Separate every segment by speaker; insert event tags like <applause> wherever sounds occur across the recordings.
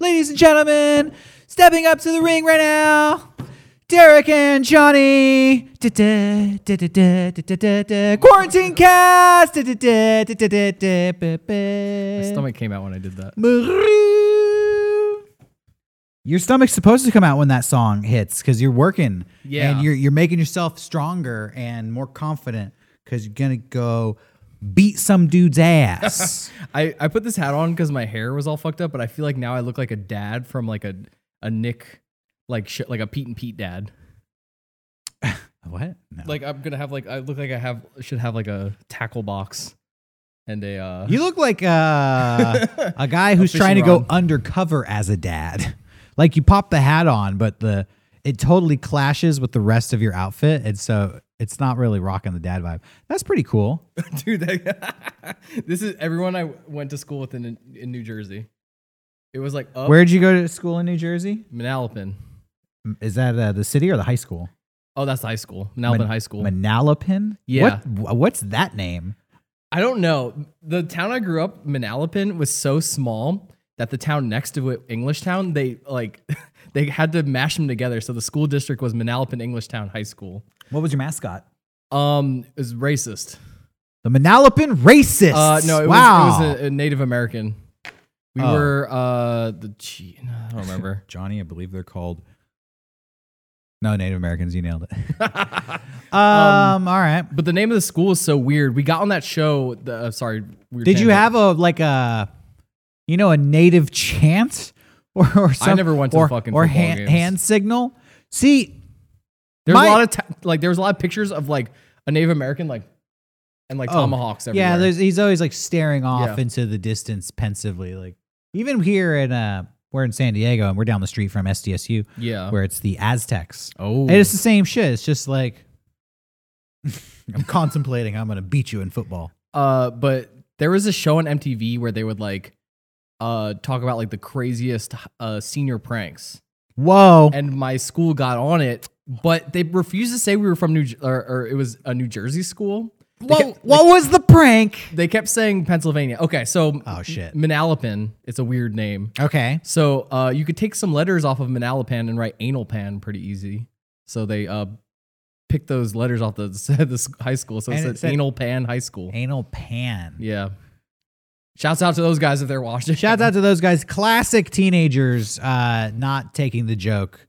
Speaker 1: Ladies and gentlemen, stepping up to the ring right now, Derek and Johnny. Quarantine cast.
Speaker 2: My
Speaker 1: Eh.
Speaker 2: stomach came out when I did that.
Speaker 1: Your stomach's supposed to come out when that song hits because you're working.
Speaker 2: Yeah.
Speaker 1: And you're, you're making yourself stronger and more confident because you're going to go beat some dude's ass.
Speaker 2: I, I put this hat on because my hair was all fucked up, but I feel like now I look like a dad from like a a Nick, like sh- like a Pete and Pete dad.
Speaker 1: what? No.
Speaker 2: Like I'm gonna have like I look like I have should have like a tackle box, and a uh,
Speaker 1: you look like uh, a guy who's
Speaker 2: fishing
Speaker 1: trying to
Speaker 2: rod.
Speaker 1: go undercover as a dad. <laughs> like you pop the hat on, but the it totally clashes with the rest of your outfit. And so it's not really rocking the dad vibe. That's pretty cool.
Speaker 2: <laughs> dude. That, <laughs> this is everyone I went to school with in in New Jersey. It was like up
Speaker 1: Where'd you go to school in New Jersey?
Speaker 2: Manalapan.
Speaker 1: Is that uh, the city or the high school?
Speaker 2: Oh, that's the high school, Manalapan High School.
Speaker 1: Manalapan?
Speaker 2: Yeah.
Speaker 1: What, wh- what's that name?
Speaker 2: I don't know. The town I grew up, Manalapan, was so small that the town next to it, English Town, they like <laughs> they had to mash them together. So the school district was Manalapan English Town High School.
Speaker 1: What was your mascot?
Speaker 2: Um, it was racist.
Speaker 1: The Manalapan racists.
Speaker 2: Uh, no, it
Speaker 1: wow.
Speaker 2: was, it was a, a Native American. We
Speaker 1: Oh.
Speaker 2: were uh the gee, no, I don't remember.
Speaker 1: <laughs> Johnny, I believe they're called. No, Native Americans. You nailed
Speaker 2: <laughs>
Speaker 1: it. um, All right.
Speaker 2: but the name of the school was so weird. We got on that show. The, uh, sorry, weird
Speaker 1: Did you
Speaker 2: tangent.
Speaker 1: have a like a, you know, a Native chant <laughs> or, or some,
Speaker 2: never went to the
Speaker 1: or,
Speaker 2: fucking
Speaker 1: or
Speaker 2: football
Speaker 1: hand,
Speaker 2: games.
Speaker 1: hand signal? See,
Speaker 2: There was
Speaker 1: my-
Speaker 2: a lot of ta- like there was a lot of pictures of like a Native American like and like
Speaker 1: Oh,
Speaker 2: tomahawks. Everywhere.
Speaker 1: Yeah, there's, he's always like staring off
Speaker 2: Yeah.
Speaker 1: into the distance pensively. Like even here in uh, we're in San Diego and we're down the street from SDSU,
Speaker 2: yeah.
Speaker 1: where it's the Aztecs.
Speaker 2: Oh,
Speaker 1: And it's the same shit. It's just like <laughs> I'm contemplating how I'm gonna beat you in football.
Speaker 2: Uh, but there was a show on MTV where they would like uh talk about like the craziest uh senior pranks,
Speaker 1: Whoa!
Speaker 2: and my school got on it, but they refused to say we were from New Jer- or, or it was a New Jersey school. They
Speaker 1: Whoa,
Speaker 2: kept-
Speaker 1: what was the prank?
Speaker 2: They kept saying Pennsylvania. Okay, so
Speaker 1: Oh, shit.
Speaker 2: Manalapan. It's a weird name.
Speaker 1: Okay,
Speaker 2: So uh, you could take some letters off of Manalapan and write anal pan pretty easy. So they uh picked those letters off the <laughs> the high school. So it
Speaker 1: And
Speaker 2: said,
Speaker 1: it said-
Speaker 2: anal pan high school.
Speaker 1: anal pan.
Speaker 2: Yeah. Shouts out to those guys if they're watching.
Speaker 1: Shouts out to those guys. Classic teenagers uh, not taking the joke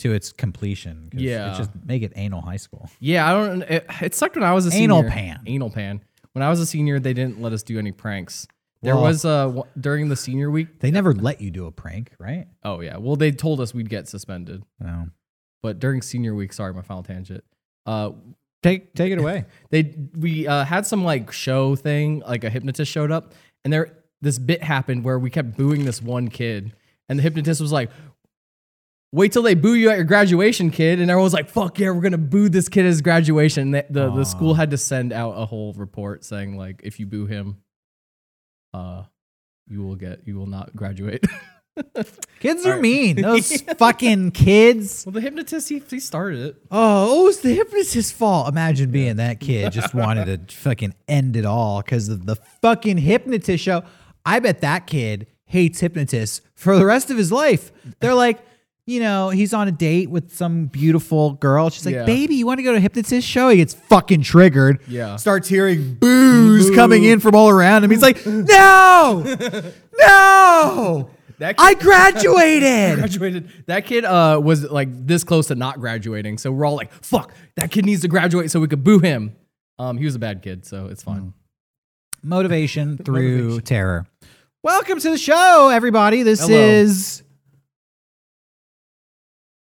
Speaker 1: to its completion. 'Cause
Speaker 2: Yeah.
Speaker 1: it's just make it anal high school.
Speaker 2: Yeah, I don't. It, it sucked when I was a
Speaker 1: Anal
Speaker 2: senior.
Speaker 1: pan.
Speaker 2: Anal pan. When I was a senior, they didn't let us do any pranks. There
Speaker 1: Well-
Speaker 2: was uh w- during the senior week.
Speaker 1: They never let you do a prank, right?
Speaker 2: Oh yeah. Well, they told us we'd get suspended,
Speaker 1: No.
Speaker 2: but during senior week, sorry, my final tangent. Uh,
Speaker 1: Take take it away.
Speaker 2: they we uh, had some like show thing like a hypnotist showed up and there this bit happened where we kept booing this one kid and the hypnotist was like wait till they boo you at your graduation kid and everyone was like fuck yeah we're gonna boo this kid at his graduation and the, the, the school had to send out a whole report saying like if you boo him uh you will get you will not graduate
Speaker 1: <laughs>
Speaker 2: <laughs>
Speaker 1: Kids are <laughs> mean. Those fucking kids.
Speaker 2: well the hypnotist he, he started it
Speaker 1: Oh, it was the hypnotist's fault. Imagine being that kid.
Speaker 2: <laughs>
Speaker 1: Just wanted to fucking end it all because of the fucking hypnotist show. I bet that kid hates hypnotists for the rest of his life. They're like, you know, he's on a date with some beautiful girl. She's like,
Speaker 2: Yeah.
Speaker 1: baby, you want to go to a hypnotist show? He gets fucking triggered.
Speaker 2: Yeah.
Speaker 1: Starts hearing boos coming in from all around him. He's
Speaker 2: <laughs>
Speaker 1: like, no, no.
Speaker 2: That
Speaker 1: I
Speaker 2: <laughs>
Speaker 1: graduated.
Speaker 2: graduated. That kid uh, was like this close to not graduating. So we're all like, fuck, that kid needs to graduate so we could boo him. Um, he was a bad kid, so it's fine.
Speaker 1: Mm.
Speaker 2: <laughs>
Speaker 1: Motivation through terror. Welcome to the show, everybody. This
Speaker 2: Hello.
Speaker 1: is.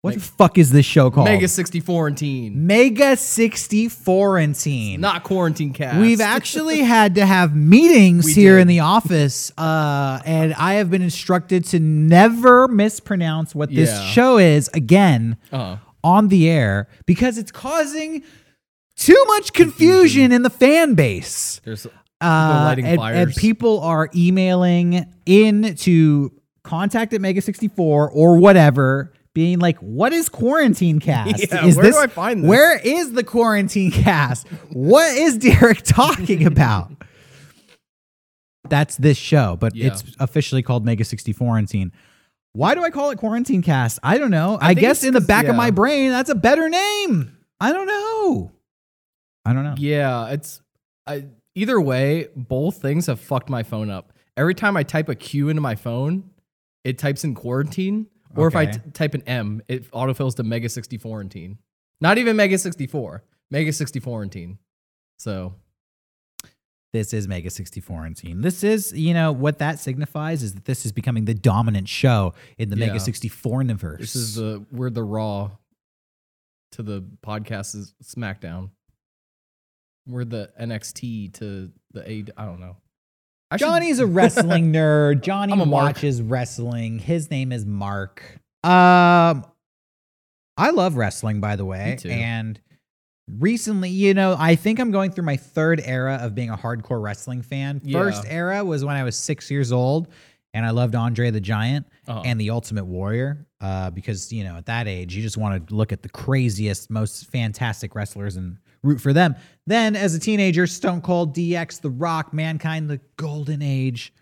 Speaker 1: What the fuck is this show called?
Speaker 2: Mega 64 and teen.
Speaker 1: Mega 64 and Teen.
Speaker 2: Not quarantine cast.
Speaker 1: We've actually <laughs> had to have meetings
Speaker 2: We
Speaker 1: here
Speaker 2: did.
Speaker 1: in the office, uh, and I have been instructed to never mispronounce what this
Speaker 2: Yeah.
Speaker 1: show is again
Speaker 2: Uh-huh.
Speaker 1: on the air because it's causing too much confusion in the fan base.
Speaker 2: There's
Speaker 1: Uh,
Speaker 2: lighting
Speaker 1: and,
Speaker 2: fires.
Speaker 1: and people are emailing in to contact at Mega64 or whatever, being like, "What is quarantine cast?
Speaker 2: <laughs> Yeah,
Speaker 1: is
Speaker 2: where do I find this?"
Speaker 1: Where is the quarantine cast? what is <laughs> Derek talking about?" That's this show, but
Speaker 2: Yeah.
Speaker 1: it's officially called Mega 60 Quarantine. Why do I call it Quarantine Cast? I don't know. I,
Speaker 2: think
Speaker 1: guess
Speaker 2: it's
Speaker 1: in the
Speaker 2: 'cause-
Speaker 1: back of my
Speaker 2: yeah.
Speaker 1: brain, that's a better name. I don't know. I don't know.
Speaker 2: Yeah, it's I, either way. Both things have fucked my phone up. Every time I type a Q into my phone, it types in quarantine. Or if I
Speaker 1: Okay.
Speaker 2: t- type an M, it autofills to Mega sixty quarantine. Not even Mega sixty four. Mega sixty quarantine. So
Speaker 1: This is Mega 60 Quarantine. This is, you know, what that signifies is that this is becoming the dominant show in the
Speaker 2: Yeah.
Speaker 1: Mega 64 universe.
Speaker 2: this is uh, the we're the raw to the podcast is SmackDown. We're the NXT to the A. I don't know. I should-
Speaker 1: Johnny's a
Speaker 2: <laughs>
Speaker 1: wrestling nerd. Johnny
Speaker 2: I'm a Mark.
Speaker 1: watches wrestling. His name is Mark. Um, I love wrestling, by the way.
Speaker 2: Me too.
Speaker 1: And recently, you know, I think I'm going through my third era of being a hardcore wrestling fan.
Speaker 2: Yeah.
Speaker 1: First era was when I was six years old and I loved Andre the Giant
Speaker 2: Uh-huh.
Speaker 1: and the Ultimate Warrior. Uh, because you know, at that age, you just want to look at the craziest, most fantastic wrestlers and root for them. Then, as a teenager, Stone Cold, DX, The Rock, Mankind, the Golden Age.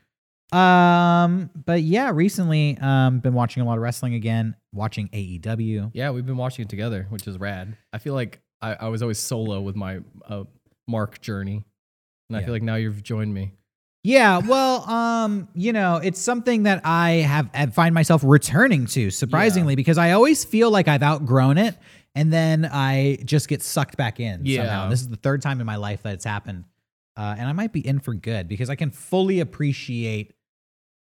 Speaker 1: Um, but yeah, recently, um, been watching a lot of wrestling again. Watching E AEW.
Speaker 2: Yeah, we've been watching it together, which is rad. I feel like I, I was always solo with my uh, Mark journey, and I
Speaker 1: Yeah.
Speaker 2: feel like now you've joined me.
Speaker 1: Yeah, well, um, you know, it's something that I have I find myself returning to surprisingly because I always feel like I've outgrown it and then I just get sucked back in somehow.
Speaker 2: Yeah.
Speaker 1: This is the third time in my life that it's happened. Uh, and I might be in for good because I can fully appreciate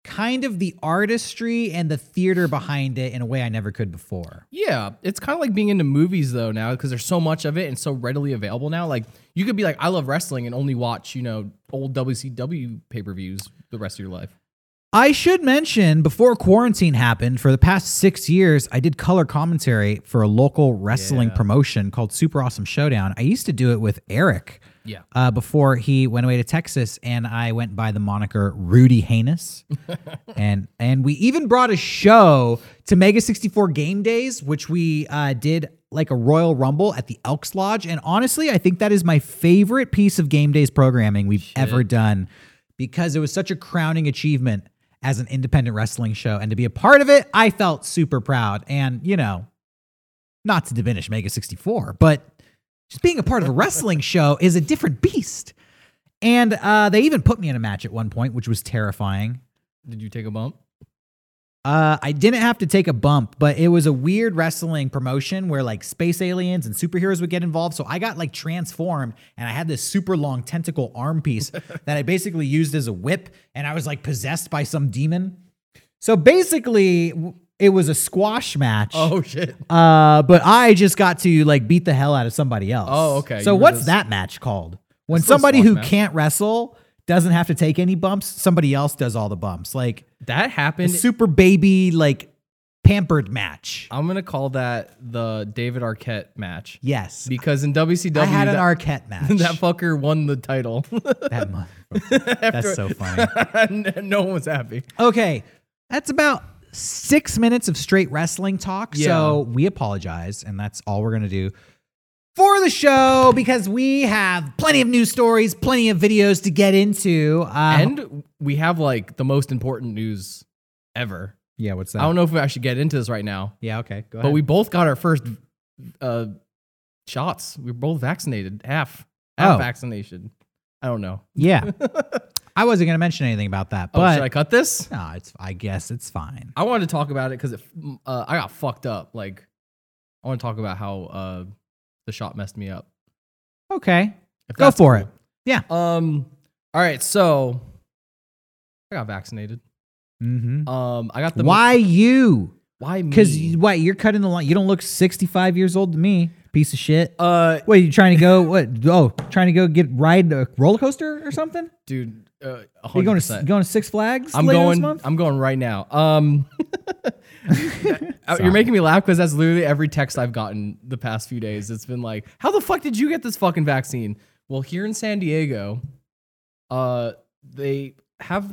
Speaker 1: kind of the artistry and the theater behind it in a way I never could before.
Speaker 2: Yeah, it's kind of like being into movies though now because there's so much of it and so readily available now. Like you could be like, I love wrestling and only watch you know old WCW pay per views the rest of your life.
Speaker 1: I should mention before quarantine happened, for the past six years, I did color commentary for a local wrestling
Speaker 2: Yeah.
Speaker 1: promotion called Super Awesome Showdown. I used to do it with Eric
Speaker 2: Yeah,
Speaker 1: uh, before he went away to Texas, and I went by the moniker Rudy Heinous. and and we even brought a show to Mega 64 Game Days, which we uh, did like a Royal Rumble at the Elks Lodge. And honestly, I think that is my favorite piece of Game Days programming we've ever done because it was such a crowning achievement as an independent wrestling show. And to be a part of it, I felt super proud. And, you know, not to diminish Mega 64, but just being a part of a wrestling show is a different beast. And uh, they even put me in a match at one point, which was terrifying.
Speaker 2: did you take
Speaker 1: <laughs>
Speaker 2: a bump?
Speaker 1: Uh, I didn't have to take a bump, but it was a weird wrestling promotion where like space aliens and superheroes would get involved. So I got like transformed and I had this super long tentacle arm piece that I basically used as a whip and I was like possessed by some demon. So basically, w- it was a squash match.
Speaker 2: Oh shit!
Speaker 1: Uh, but I just got to like beat the hell out of somebody else.
Speaker 2: Oh, okay.
Speaker 1: So
Speaker 2: You were
Speaker 1: what's
Speaker 2: just-
Speaker 1: that match called? When
Speaker 2: It's still a
Speaker 1: somebody
Speaker 2: squash
Speaker 1: who
Speaker 2: match.
Speaker 1: can't wrestle doesn't have to take any bumps, somebody else does all the bumps. Like
Speaker 2: That
Speaker 1: a
Speaker 2: happened.
Speaker 1: super baby, like pampered match.
Speaker 2: I'm gonna call that the David Arquette match
Speaker 1: Yes.
Speaker 2: because in WCW
Speaker 1: I had an
Speaker 2: that,
Speaker 1: Arquette match.
Speaker 2: <laughs> that fucker won the title. <laughs>
Speaker 1: that motherfucker. That's so funny.
Speaker 2: no one was happy.
Speaker 1: Okay. That's about six minutes of straight wrestling talk. So
Speaker 2: Yeah.
Speaker 1: we apologize. And that's all we're going to do for the show because we have plenty of news stories, plenty of videos to get into. Uh,
Speaker 2: and we have like the most important news ever.
Speaker 1: yeah, what's that?
Speaker 2: I don't know if I should get into this right now,
Speaker 1: yeah, okay. Go
Speaker 2: but we both got our first uh, shots. We were both vaccinated, half half
Speaker 1: Oh.
Speaker 2: vaccination. I don't know. <laughs>
Speaker 1: yeah. I wasn't going to mention anything about that,
Speaker 2: Oh,
Speaker 1: but
Speaker 2: should I cut this?
Speaker 1: no, it's, I guess it's fine.
Speaker 2: I wanted to talk about it because it, uh, I got fucked up. Like, I want to talk about how uh, the shot messed me up.
Speaker 1: Okay.
Speaker 2: If
Speaker 1: Go
Speaker 2: that's
Speaker 1: for
Speaker 2: cool.
Speaker 1: it. Yeah.
Speaker 2: Um. All right. So I got vaccinated.
Speaker 1: Mm-hmm.
Speaker 2: Um. I got the
Speaker 1: Why you?
Speaker 2: Why me?
Speaker 1: Because what? You're cutting the line. You don't look 65 years old to me, piece of shit.
Speaker 2: uh,
Speaker 1: What you trying to
Speaker 2: <laughs>
Speaker 1: go? What? Oh, trying to go get ride a roller coaster or something?
Speaker 2: dude. Uh,
Speaker 1: Are you
Speaker 2: 100%.
Speaker 1: going to going to Six Flags?
Speaker 2: I'm
Speaker 1: later
Speaker 2: going.
Speaker 1: This month?
Speaker 2: I'm going right now.
Speaker 1: <laughs>
Speaker 2: Um, you're making me laugh because that's literally every text I've gotten the past few days. It's been like, "How the fuck did you get this fucking vaccine?" Well, here in San Diego, uh, they have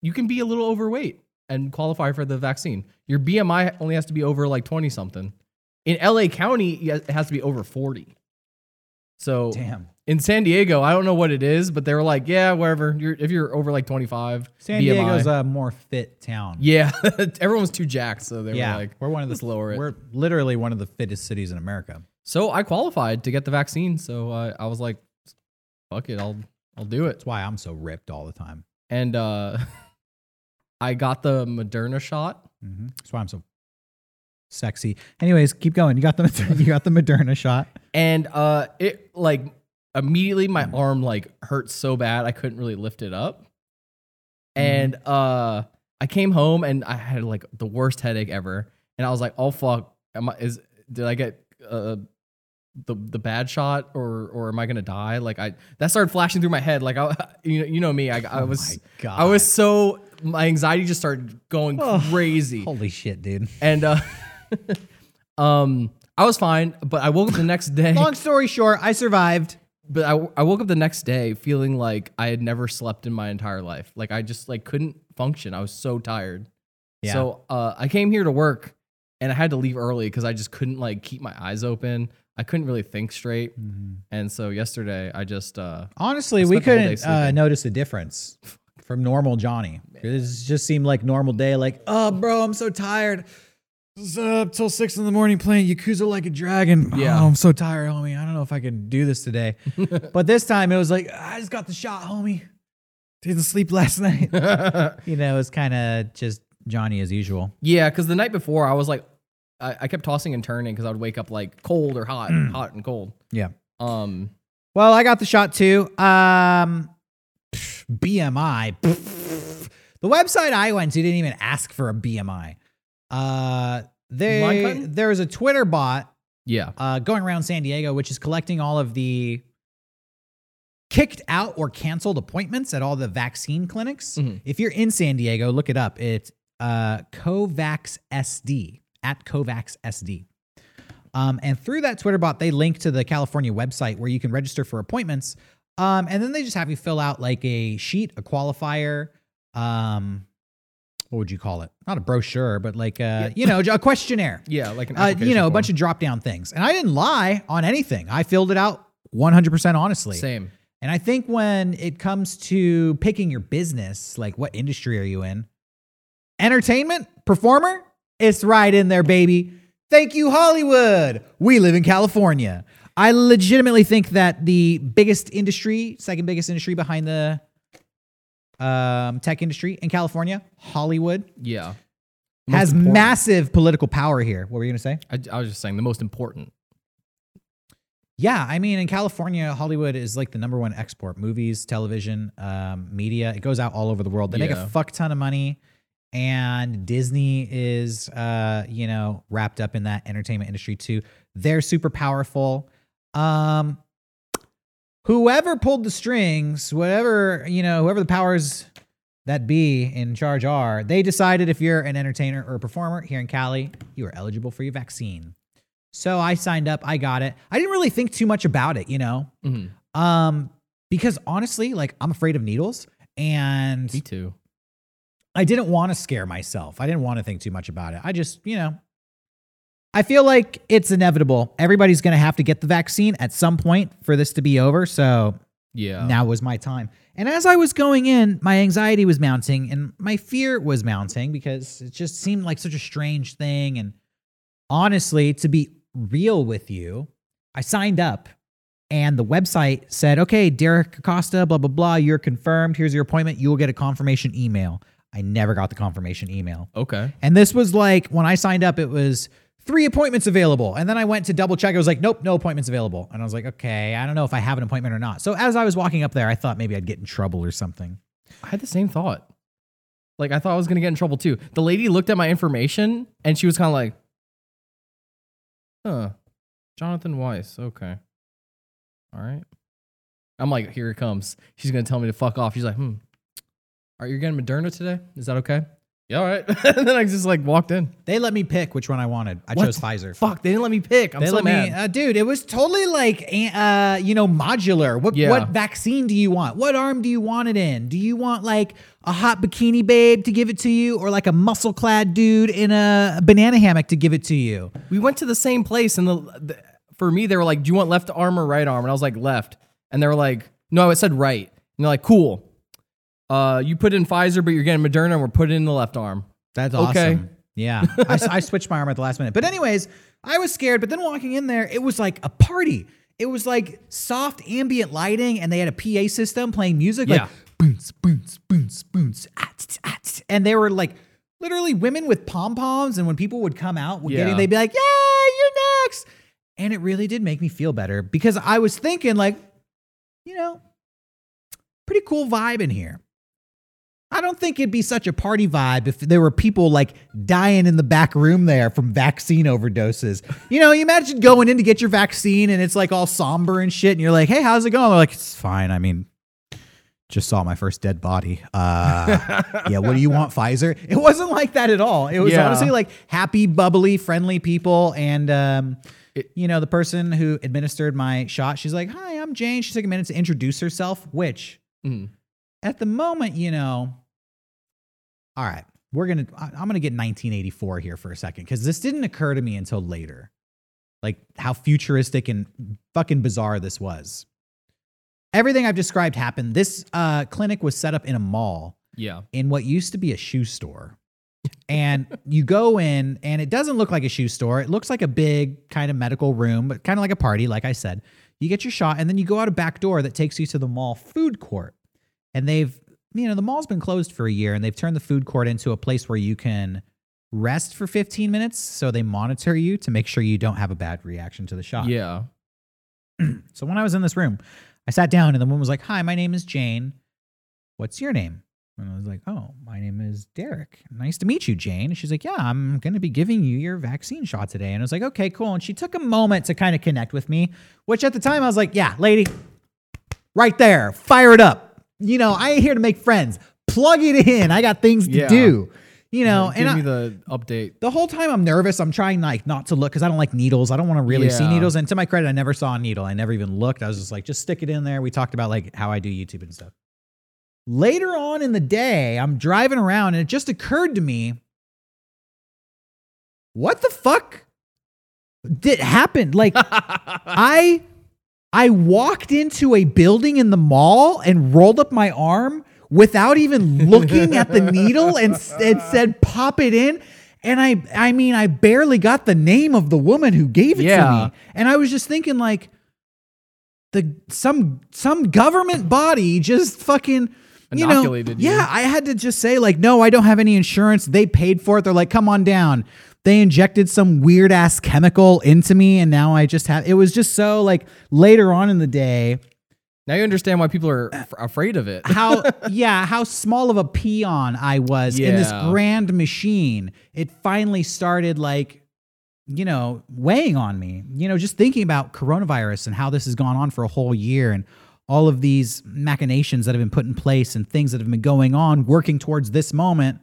Speaker 2: you can be a little overweight and qualify for the vaccine. Your BMI only has to be over like 20 something. In LA County, it has to be over 40. So
Speaker 1: Damn.
Speaker 2: in San Diego, I don't know what it is, but they were like, yeah, wherever you're, if you're over like 25,
Speaker 1: San
Speaker 2: BMI.
Speaker 1: Diego's a more fit town.
Speaker 2: yeah, <laughs> everyone was too jacked, so they
Speaker 1: Yeah,
Speaker 2: were like,
Speaker 1: we're one of the
Speaker 2: let's lower
Speaker 1: <laughs>
Speaker 2: it.
Speaker 1: We're literally one of the fittest cities in America.
Speaker 2: So I qualified to get the vaccine, so uh, I was like, fuck it, I'll I'll do it.
Speaker 1: That's why I'm so ripped all the time.
Speaker 2: And uh, <laughs> I got the Moderna shot.
Speaker 1: hmm That's why I'm so sexy. Anyways, keep going. You got the <laughs> you got the Moderna shot.
Speaker 2: and uh it like immediately my
Speaker 1: Mm.
Speaker 2: arm like hurt so bad i couldn't really lift it up and uh i came home and i had like the worst headache ever and i was like oh fuck am i is did i get uh the the bad shot or or am i gonna die like i that started flashing through my head like i <laughs> you know you know me i, I
Speaker 1: Oh
Speaker 2: was
Speaker 1: my God.
Speaker 2: i was so my anxiety just started going
Speaker 1: Oh.
Speaker 2: crazy
Speaker 1: Holy shit, dude.
Speaker 2: and uh <laughs> um i was fine but i woke up the next day
Speaker 1: Long story short, I survived.
Speaker 2: but I, I woke up the next day feeling like I had never slept in my entire life. Like I just like couldn't function. I was so tired.
Speaker 1: Yeah.
Speaker 2: So uh, I came here to work and I had to leave early because I just couldn't like keep my eyes open. I couldn't really think straight.
Speaker 1: Mm-hmm.
Speaker 2: And so yesterday I
Speaker 1: <laughs>
Speaker 2: just uh
Speaker 1: Honestly,
Speaker 2: I
Speaker 1: we
Speaker 2: spent the whole day
Speaker 1: couldn't uh,
Speaker 2: sleeping.
Speaker 1: notice a difference from normal Johnny. This just seemed like normal day. Like, oh, bro, I'm so tired. It's up till six in the morning playing Yakuza like a dragon.
Speaker 2: Yeah.
Speaker 1: Oh, I'm so tired, homie. I don't know if I can do this
Speaker 2: <laughs>
Speaker 1: today. but this time it was like, I just got the shot, homie. Didn't sleep last <laughs>
Speaker 2: <laughs>
Speaker 1: night. you know, it's kind of just Johnny as usual.
Speaker 2: yeah, because the night before I was like I, I kept tossing and turning because I would wake up like cold or hot, hot and cold.
Speaker 1: Mm. Yeah.
Speaker 2: Um
Speaker 1: Well, I got the shot too. Um, pff, BMI. Pff. The website I went to didn't even ask for a BMI. Uh,
Speaker 2: Line
Speaker 1: they,
Speaker 2: cutting?
Speaker 1: there was a Twitter bot
Speaker 2: yeah.
Speaker 1: uh, going around San Diego, which is collecting all of the kicked out or canceled appointments at all the vaccine clinics.
Speaker 2: Mhm.
Speaker 1: If you're in San Diego, look it up. It's uh, Covax SD at Covax SD. Um, and through that Twitter bot, they link to the California website where you can register for appointments. Um, and then they just have you fill out like a sheet, a qualifier. Um, what would you call it? Not a brochure, but like uh, you know, a questionnaire
Speaker 2: Yeah, like <laughs> an
Speaker 1: uh, you know, a bunch
Speaker 2: of
Speaker 1: of drop down things. And I didn't lie on anything. I filled it out 100% honestly.
Speaker 2: same.
Speaker 1: And I think when it comes to picking your business, like what industry are you in? Entertainment, performer, it's right in there, baby. Thank you, Hollywood. We live in California. I legitimately think that the biggest industry, second biggest industry behind the um, tech industry in California, Hollywood,
Speaker 2: Yeah. The most
Speaker 1: has
Speaker 2: important-
Speaker 1: massive political power here. What were you going to say?
Speaker 2: I, I was just saying the most important.
Speaker 1: Yeah, I mean, in California, Hollywood is like the number one export movies, television, um, media. It goes out all over the world. They make
Speaker 2: Yeah.
Speaker 1: a fuck ton of money, and Disney is, uh, you know, wrapped up in that entertainment industry too. They're super powerful. Um, whoever pulled the strings, whatever you know, whoever the powers that be in charge are, they decided if you're an entertainer or a performer here in Cali, you are eligible for your vaccine. So I signed up, I got it. I didn't really think too much about it, you know.
Speaker 2: Mhm.
Speaker 1: Um because honestly, like I'm afraid of needles and
Speaker 2: Me too.
Speaker 1: I didn't want to scare myself. I didn't want to think too much about it. I just, you know, I feel like it's inevitable. Everybody's going to have to get the vaccine at some point for this to be over, so
Speaker 2: Yeah.
Speaker 1: now was my time. And as I was going in, my anxiety was mounting and my fear was mounting because it just seemed like such a strange thing. And honestly, to be real with you, I signed up and the website said, okay, Derek Acosta, blah, blah, blah, you're confirmed. Here's your appointment. You will get a confirmation email. I never got the confirmation email.
Speaker 2: okay.
Speaker 1: And this was like when I signed up, it was three appointments available. And then I went to double check. I was like, nope, no appointments available. And I was like, okay, I don't know if I have an appointment or not. So as I was walking up there, I thought maybe I'd get in trouble or something.
Speaker 2: I had the same thought. Like I thought I was gonna get in trouble too. The lady looked at my information and she was kind of like, "Huh, Jonathan Weiss. Okay, all right." I'm like, "Here it comes." She's gonna tell me to fuck off. She's like, "Hmm, all right, you're getting Moderna today? Is that okay?" Yeah, all right. <laughs> and then I just like walked in.
Speaker 1: They let me pick which one I wanted. I
Speaker 2: What?
Speaker 1: chose Pfizer.
Speaker 2: Fuck, they didn't let me pick. I'm
Speaker 1: They
Speaker 2: so
Speaker 1: let
Speaker 2: mad.
Speaker 1: me, uh, dude. It was totally like, uh, you know, modular. What
Speaker 2: Yeah.
Speaker 1: what vaccine do you want? What arm do you want it in? Do you want like a hot bikini babe to give it to you, or like a muscle clad dude in a banana hammock to give it to you?
Speaker 2: we went to the same place, and the, the for me they were like, "Do you want left arm or right arm?" And I was like, "Left," and they were like, "No, it said right." And they're like, "Cool." Uh, you put in Pfizer, but you're getting Moderna, and we're putting in the left arm.
Speaker 1: That's awesome.
Speaker 2: Okay.
Speaker 1: Yeah. I, s- I switched my arm at the last minute. But, anyways, I was scared. But then walking in there, it was like a party. It was like soft ambient lighting, and they had a PA system playing music.
Speaker 2: Yeah.
Speaker 1: Like, boons, boons, boons, boons. ah, tsk, ah, tsk. And they were like literally women with pom poms. And when people would come out, would get
Speaker 2: Yeah.
Speaker 1: in, they'd be like, yeah, you're next. And it really did make me feel better because I was thinking, like, you know, pretty cool vibe in here. I don't think it'd be such a party vibe if there were people like dying in the back room there from vaccine overdoses. You know, you imagine going in to get your vaccine and it's like all somber and shit, and you're like, "Hey, how's it going?" They're like, "It's fine." I mean, just saw my first dead body. Uh, yeah, what do you want, Pfizer? It wasn't like that at all. It was
Speaker 2: Yeah.
Speaker 1: honestly like happy, bubbly, friendly people, and um, you know, the person who administered my shot, she's like, "Hi, I'm Jane." She took a minute to introduce herself, which
Speaker 2: Mm.
Speaker 1: at the moment, you know, all right, we're gonna. I- I'm gonna get 1984 here for a second because this didn't occur to me until later, like how futuristic and fucking bizarre this was. Everything I've described happened. This uh, clinic was set up in a mall
Speaker 2: Yeah,
Speaker 1: in what used to be a shoe store. And you go in, and it doesn't look like a shoe store. It looks like a big kind of medical room, but kind of like a party, like I said. You get your shot, and then you go out a back door that takes you to the mall food court. And they've, you know, the mall's been closed for a year, and they've turned the food court into a place where you can rest for 15 minutes. So they monitor you to make sure you don't have a bad reaction to the shot.
Speaker 2: yeah.
Speaker 1: So when I was in this room, I sat down and the woman was like, Hi, my name is Jane. What's your name? And I was like, Oh, my name is Derek. Nice to meet you, Jane. And she's like, Yeah, I'm going to be giving you your vaccine shot today. And I was like, Okay, cool. And she took a moment to kind of connect with me, which at the time I was like, Yeah, lady, right there, fire it up. You know, I ain't here to make friends. Plug it in. I got things to
Speaker 2: Yeah.
Speaker 1: do. You know,
Speaker 2: Give
Speaker 1: and I,
Speaker 2: me the update.
Speaker 1: the whole time I'm nervous. I'm trying like not to look because I don't like needles. I don't want to really see
Speaker 2: Yeah.
Speaker 1: needles. And to my credit, I never saw a needle. I never even looked. I was just like, just stick it in there. We talked about like how I do YouTube and stuff. Later on in the day, I'm driving around and it just occurred to me, what the fuck did happen? Like I I walked into a building in the mall and rolled up my arm without even looking at the needle and, s- and said pop it in and I I mean I barely got the name of the woman who gave it
Speaker 2: Yeah.
Speaker 1: to me and I was just thinking like the some some government body just fucking you know,
Speaker 2: Inoculated you.
Speaker 1: yeah, I had to just say like, no, I don't have any insurance. They paid for it. They're like, come on down. They injected some weird ass chemical into me, and now I just have. It was just so like later on in the day,
Speaker 2: Now you understand why people are f- afraid
Speaker 1: <laughs>
Speaker 2: of it.
Speaker 1: how yeah, how small of a peon I was in this
Speaker 2: Yeah.
Speaker 1: grand machine. It finally started like, you know, weighing on me. You know, just thinking about coronavirus and how this has gone on for a whole year and all of these machinations that have been put in place and things that have been going on working towards this moment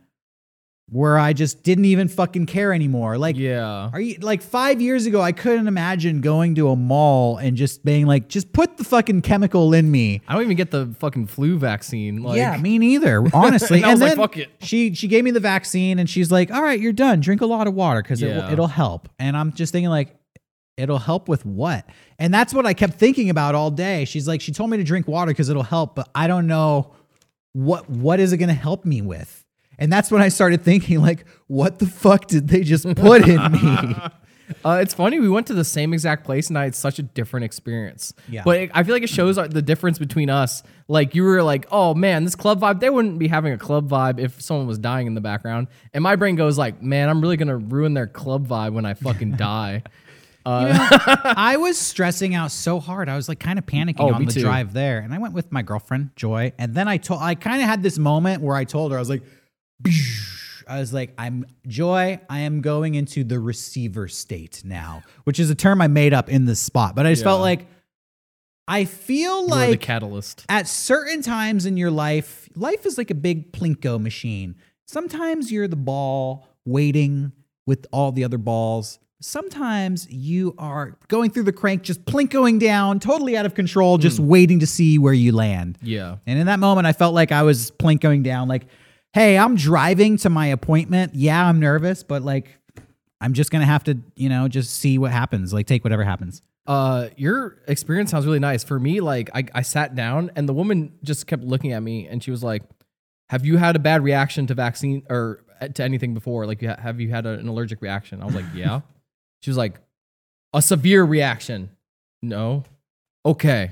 Speaker 1: where I just didn't even fucking care anymore. Like
Speaker 2: yeah,
Speaker 1: are you like five years ago? I couldn't imagine going to a mall and just being like, just put the fucking chemical in me.
Speaker 2: I don't even get the fucking flu vaccine. Like,
Speaker 1: yeah, me
Speaker 2: <laughs>
Speaker 1: neither. Honestly,
Speaker 2: And I was like, "Fuck it."
Speaker 1: she she gave me the vaccine, and she's like, "All right, you're done. Drink a lot of water because it, will-
Speaker 2: Yeah.
Speaker 1: it'll help." And I'm just thinking like, it'll help with what? And that's what I kept thinking about all day. She's like, she told me to drink water because it'll help, but I don't know what what is it going to help me with. And that's when I started thinking like, what the fuck did they just put in
Speaker 2: <laughs>
Speaker 1: me?
Speaker 2: Uh, it's funny. We went to the same exact place, and I had such a different experience.
Speaker 1: Yeah.
Speaker 2: But it, I feel like it shows uh, the difference between us. Like you were like, "Oh man, this club vibe." They wouldn't be having a club vibe if someone was dying in the background. And my brain goes like, "Man, I'm really gonna ruin their club vibe when I fucking die." <laughs>
Speaker 1: I was stressing out so hard. I was like kind of panicking
Speaker 2: Oh,
Speaker 1: on
Speaker 2: me
Speaker 1: the
Speaker 2: too.
Speaker 1: drive there. And I went with my girlfriend, Joy. And then I told I kind of had this moment where I told her, I was like, I was like, I'm Joy, I am going into the receiver state now, which is a term I made up in this spot. But I just felt
Speaker 2: Yeah.
Speaker 1: like I feel
Speaker 2: Like, the
Speaker 1: like
Speaker 2: catalyst.
Speaker 1: at certain times in your life, life is like a big plinko machine. sometimes you're the ball waiting with all the other balls. Sometimes you are going through the crank, just plinkoing down, totally out of control, just waiting to see where you land.
Speaker 2: Yeah.
Speaker 1: And in that moment, I felt like I was plinkoing down, like, hey, I'm driving to my appointment. Yeah, I'm nervous, but like, I'm just going to have to, you know, just see what happens, like, take whatever happens.
Speaker 2: Uh, your experience sounds really nice. For me, like I, I sat down and the woman just kept looking at me and she was like, "Have you had a bad reaction to vaccine or uh, to anything before? Like, you ha- have you had a- an allergic reaction?" I was like, "Yeah." she was like, "A severe reaction?" No. Okay.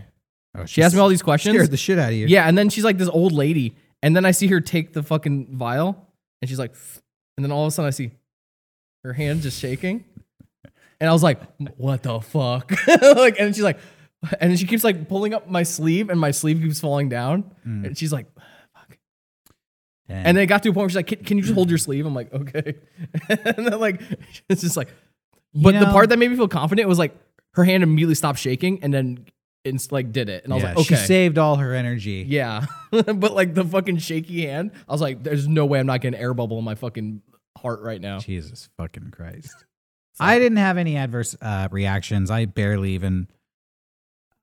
Speaker 1: Oh,
Speaker 2: She asked me all these questions.
Speaker 1: scared the shit out of you.
Speaker 2: Yeah, and then she's like this old lady, and then I see her take the fucking vial, and she's like, and then all of a sudden I see her hand just shaking, and I was like, what the fuck? <laughs> like, and she's like, and then she keeps like pulling up my sleeve, and my sleeve keeps falling down,
Speaker 1: Mm.
Speaker 2: and she's like. fuck. And then it got to a point where she's like, can, can you just hold your sleeve? I'm like, okay. <laughs> and then, like, <laughs> it's just like, but the
Speaker 1: know-
Speaker 2: part that made me feel confident was like, her hand immediately stopped shaking and then it's like, did it. And I was
Speaker 1: Yeah,
Speaker 2: like, okay.
Speaker 1: she saved all her energy.
Speaker 2: Yeah. <laughs> but like the fucking shaky hand, I was like, there's no way I'm not getting air bubble in my fucking heart right now.
Speaker 1: Jesus fucking
Speaker 2: <laughs>
Speaker 1: Christ. I didn't have any adverse uh, reactions. I barely even.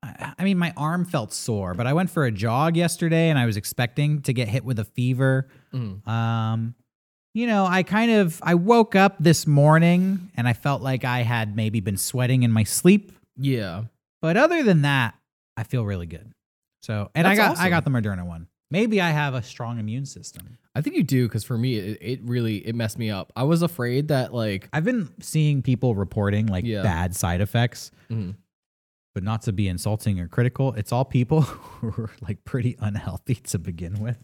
Speaker 1: I I mean, my arm felt sore, but I went for a jog yesterday and I was expecting to get hit with a fever.
Speaker 2: Mm.
Speaker 1: Um, you know, I kind of I woke up this morning and I felt like I had maybe been sweating in my sleep,
Speaker 2: Yeah.
Speaker 1: but other than that, I feel really good. So, and I
Speaker 2: That's
Speaker 1: got I
Speaker 2: awesome.
Speaker 1: got the Moderna one. Maybe I have a strong immune system.
Speaker 2: I think you do because for me, it, it really it messed me up. I was afraid that like
Speaker 1: I've been seeing people reporting like
Speaker 2: Yeah.
Speaker 1: bad side effects.
Speaker 2: mm,
Speaker 1: but not to be insulting or critical, it's all people <laughs> who are like pretty unhealthy to begin with.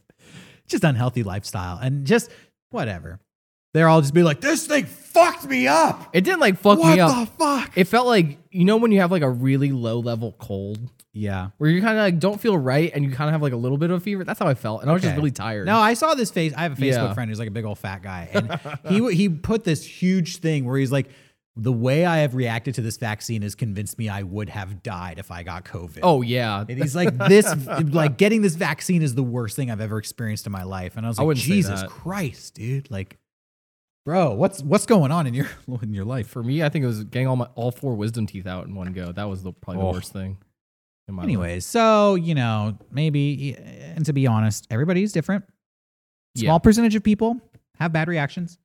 Speaker 1: Just unhealthy lifestyle and just whatever. They're all just be like, this thing fucked me up.
Speaker 2: it didn't like fuck
Speaker 1: what
Speaker 2: me
Speaker 1: the
Speaker 2: up.
Speaker 1: fuck?
Speaker 2: It felt like you know when you have like a really low level cold
Speaker 1: Yeah.
Speaker 2: where you kind of like don't feel right and you kind of have like a little bit of fever. That's how I felt, and I was just
Speaker 1: Okay.
Speaker 2: really tired.
Speaker 1: No, I saw this face. I have a Facebook
Speaker 2: Yeah.
Speaker 1: friend who's like a big old fat guy,
Speaker 2: <laughs>
Speaker 1: and he w- he put this huge thing where he's like, the way I have reacted to this vaccine has convinced me I would have died if I got COVID.
Speaker 2: oh yeah,
Speaker 1: And he's like,
Speaker 2: <laughs>
Speaker 1: this, like, getting this vaccine is the worst thing I've ever experienced in my life. And I was
Speaker 2: I
Speaker 1: like,
Speaker 2: wouldn't say
Speaker 1: Jesus
Speaker 2: that.
Speaker 1: Christ, dude, like, bro, what's what's going on in your <laughs> in your life?
Speaker 2: for me, I think it was getting all my all four wisdom teeth out in one go. That was the, probably
Speaker 1: Oh.
Speaker 2: the worst thing. In my life.
Speaker 1: Anyways, so you know, maybe, and to be honest, everybody's different.
Speaker 2: Yeah.
Speaker 1: Small percentage of people have bad reactions.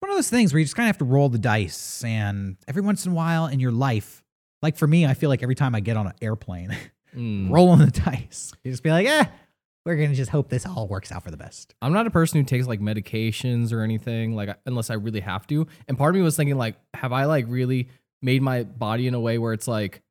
Speaker 1: One of those things where you just kind of have to roll the dice, and every once in a while in your life, like for me, I feel like every time I get on an airplane, <laughs>
Speaker 2: Mm.
Speaker 1: rolling the <laughs> dice, you just be like, eh, we're gonna just hope this all works out for the best.
Speaker 2: I'm not a person who takes like medications or anything, like unless I really have to. And part of me was thinking, like, have I like really made my body in a way where it's like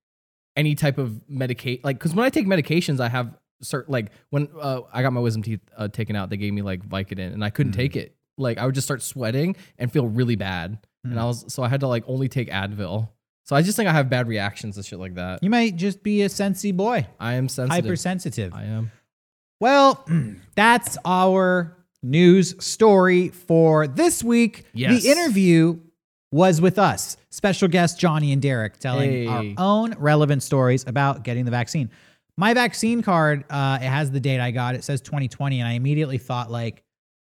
Speaker 2: any type of medicate, like, because when I take medications, I have certain like when uh, I got my wisdom teeth uh, taken out, they gave me like Vicodin, and I couldn't
Speaker 1: Mm.
Speaker 2: take it. Like, I would just start sweating and feel really bad, and I was so I had to like only take Advil. So I just think I have bad reactions to shit like that.
Speaker 1: You might just be a sensey boy,
Speaker 2: I am sensitive.
Speaker 1: hypersensitive.
Speaker 2: I am.
Speaker 1: Well, <clears throat> that's our news story for this week.
Speaker 2: Yes.
Speaker 1: The interview was with us, special guest Johnny and Derek, telling our
Speaker 2: Hey.
Speaker 1: own relevant stories about getting the vaccine. My vaccine card, uh, it has the date I got. It says 2020, and I immediately thought like,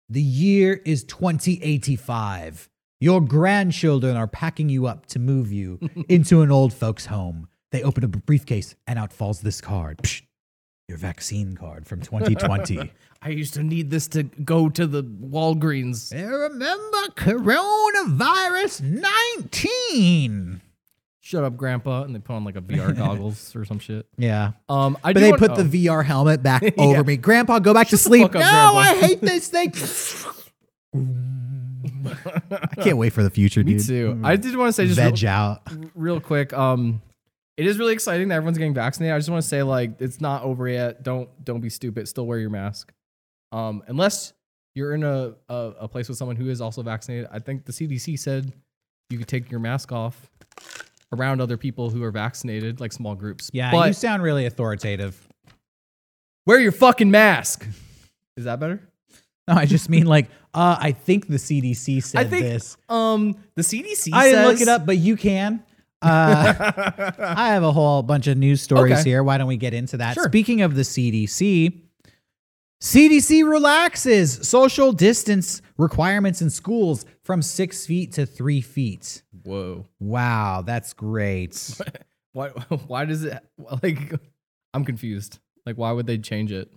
Speaker 1: the year is 2085. Your grandchildren are packing you up to move you into an old folks' home. They open up a briefcase, and out falls this card. Psh, your vaccine card from 2020.
Speaker 2: I used to need this to go to the Walgreens.
Speaker 1: I remember coronavirus 19.
Speaker 2: shut up grandpa and they put on like a <laughs> vr goggles or some shit
Speaker 1: Yeah.
Speaker 2: um i
Speaker 1: But
Speaker 2: do
Speaker 1: they
Speaker 2: want-
Speaker 1: put
Speaker 2: oh,
Speaker 1: the VR helmet back
Speaker 2: <laughs>
Speaker 1: over me. Grandpa, go back to sleep.
Speaker 2: fuck up,
Speaker 1: no,
Speaker 2: Grandpa."
Speaker 1: I
Speaker 2: <laughs>
Speaker 1: hate this thing. I can't wait for the future,
Speaker 2: <laughs> me
Speaker 1: dude. Mm-hmm.
Speaker 2: too i did want to say just real,
Speaker 1: Veg out.
Speaker 2: real quick um it is really exciting that everyone's getting vaccinated i just want to say like it's not over yet don't don't be stupid still wear your mask um unless you're in a a, a place with someone who is also vaccinated i think the cdc said you could take your mask off around other people who are vaccinated like small groups
Speaker 1: Yeah,
Speaker 2: but
Speaker 1: you sound really authoritative.
Speaker 2: wear your fucking mask is that better
Speaker 1: No, I just mean like, uh, I think the CDC said
Speaker 2: I think
Speaker 1: this.
Speaker 2: um the CDC
Speaker 1: I didn't look
Speaker 2: says-
Speaker 1: it up, but you <laughs> can. Uh, I have a whole bunch of news stories
Speaker 2: Okay.
Speaker 1: here. Why don't we get into that?
Speaker 2: Sure.
Speaker 1: Speaking of the CDC, CDC relaxes social distance requirements in schools from six feet to three feet.
Speaker 2: <laughs> Whoa.
Speaker 1: Wow, that's <laughs> great.
Speaker 2: Why? <laughs> Why does it like? I'm confused. Like, why would they change it?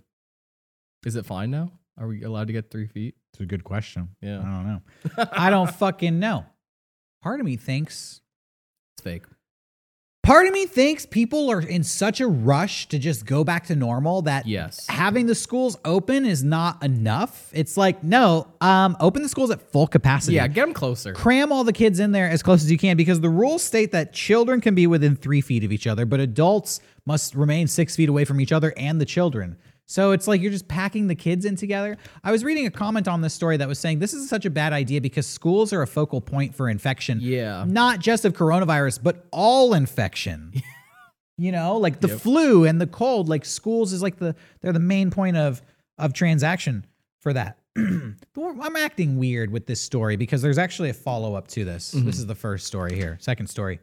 Speaker 2: Is it fine now? Are we allowed to get three feet?
Speaker 1: It's a good question. I
Speaker 2: Yeah,
Speaker 1: don't know. <laughs> I don't fucking know. Part of me thinks
Speaker 2: it's fake.
Speaker 1: part of me thinks people are in such a rush to just go back to normal that
Speaker 2: Yes.
Speaker 1: having the schools open is not enough. It's like, no, um, open the schools at full capacity.
Speaker 2: Yeah, get them closer.
Speaker 1: Cram all the kids in there as close as you can because the rules state that children can be within three feet of each other, but adults must remain six feet away from each other and the children. So it's like you're just packing the kids in together. I was reading a comment on this story that was saying this is such a bad idea because schools are a focal point for infection
Speaker 2: Yeah.
Speaker 1: not just of coronavirus, but all infection. you know, like the flu and the cold. Like schools is like the they're the main point of of transaction for that. <clears throat> I'm acting weird with this story because there's actually a follow up to this. This is the first story here. Second story.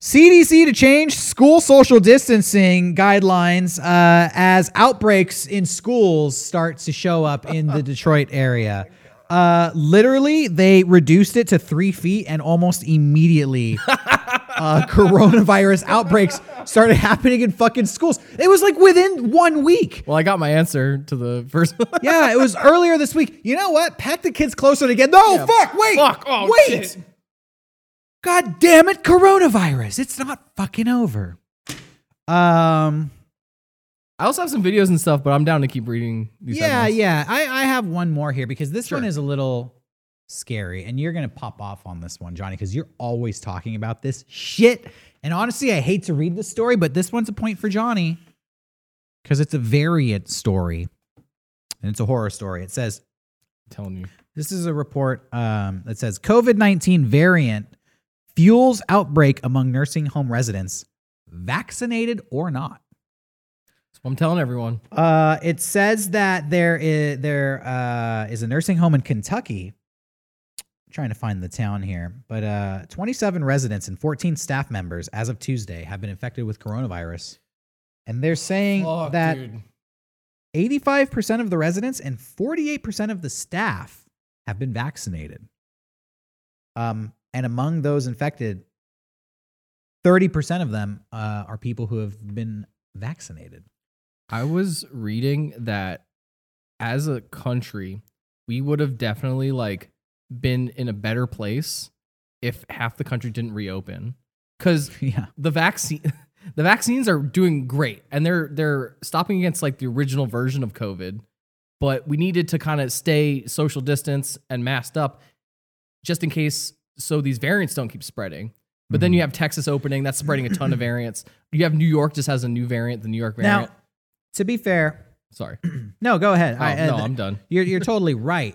Speaker 1: CDC to change school social distancing guidelines uh, as outbreaks in schools start to show up in the Detroit area. Uh, literally, they reduced it to three feet, and almost immediately, uh, coronavirus outbreaks started happening in fucking schools. It was like within one week.
Speaker 2: Well, I got my answer to the <laughs> first.
Speaker 1: Yeah, it was earlier this week. You know what? Pack the kids closer together. No, fuck, wait.
Speaker 2: fuck, oh,
Speaker 1: wait.
Speaker 2: shit.
Speaker 1: God damn it, coronavirus. It's not fucking over. Um,
Speaker 2: I also have some videos and stuff, but I'm down to keep reading these.
Speaker 1: yeah,
Speaker 2: headlines.
Speaker 1: yeah. I, I have one more here because this
Speaker 2: Sure.
Speaker 1: one is a little scary, and you're gonna pop off on this one, Johnny, because you're always talking about this shit. And honestly, I hate to read this story, but this one's a point for Johnny because it's a variant story, and it's a horror story. It says.
Speaker 2: I'm telling you.
Speaker 1: This is a report um, that says COVID 19 variant fuels outbreak among nursing home residents, vaccinated or not.
Speaker 2: So I'm telling everyone.
Speaker 1: Uh, it says that there is, there, uh, is a nursing home in Kentucky. trying to find the town here, but uh, 27 residents and 14 staff members as of Tuesday have been infected with coronavirus. And they're saying
Speaker 2: Fuck,
Speaker 1: that
Speaker 2: dude.
Speaker 1: 85% of the residents and 48% of the staff have been vaccinated. Um, and among those infected, 30% of them uh, are people who have been vaccinated. <laughs>
Speaker 2: I was reading that as a country, we would have definitely like been in a better place if half the country didn't reopen. Cause
Speaker 1: yeah.
Speaker 2: the vaccine <laughs> the vaccines are doing great and they're they're stopping against like the original version of covid but we needed to kind of stay social distance and masked up just in case so these variants don't keep spreading but then you have texas opening that's spreading a ton of variants you have new york just has a new variant the new york variant
Speaker 1: Now, to be fair,
Speaker 2: sorry
Speaker 1: no, go ahead. uh,
Speaker 2: Oh, no i'm done
Speaker 1: you're, you're totally right.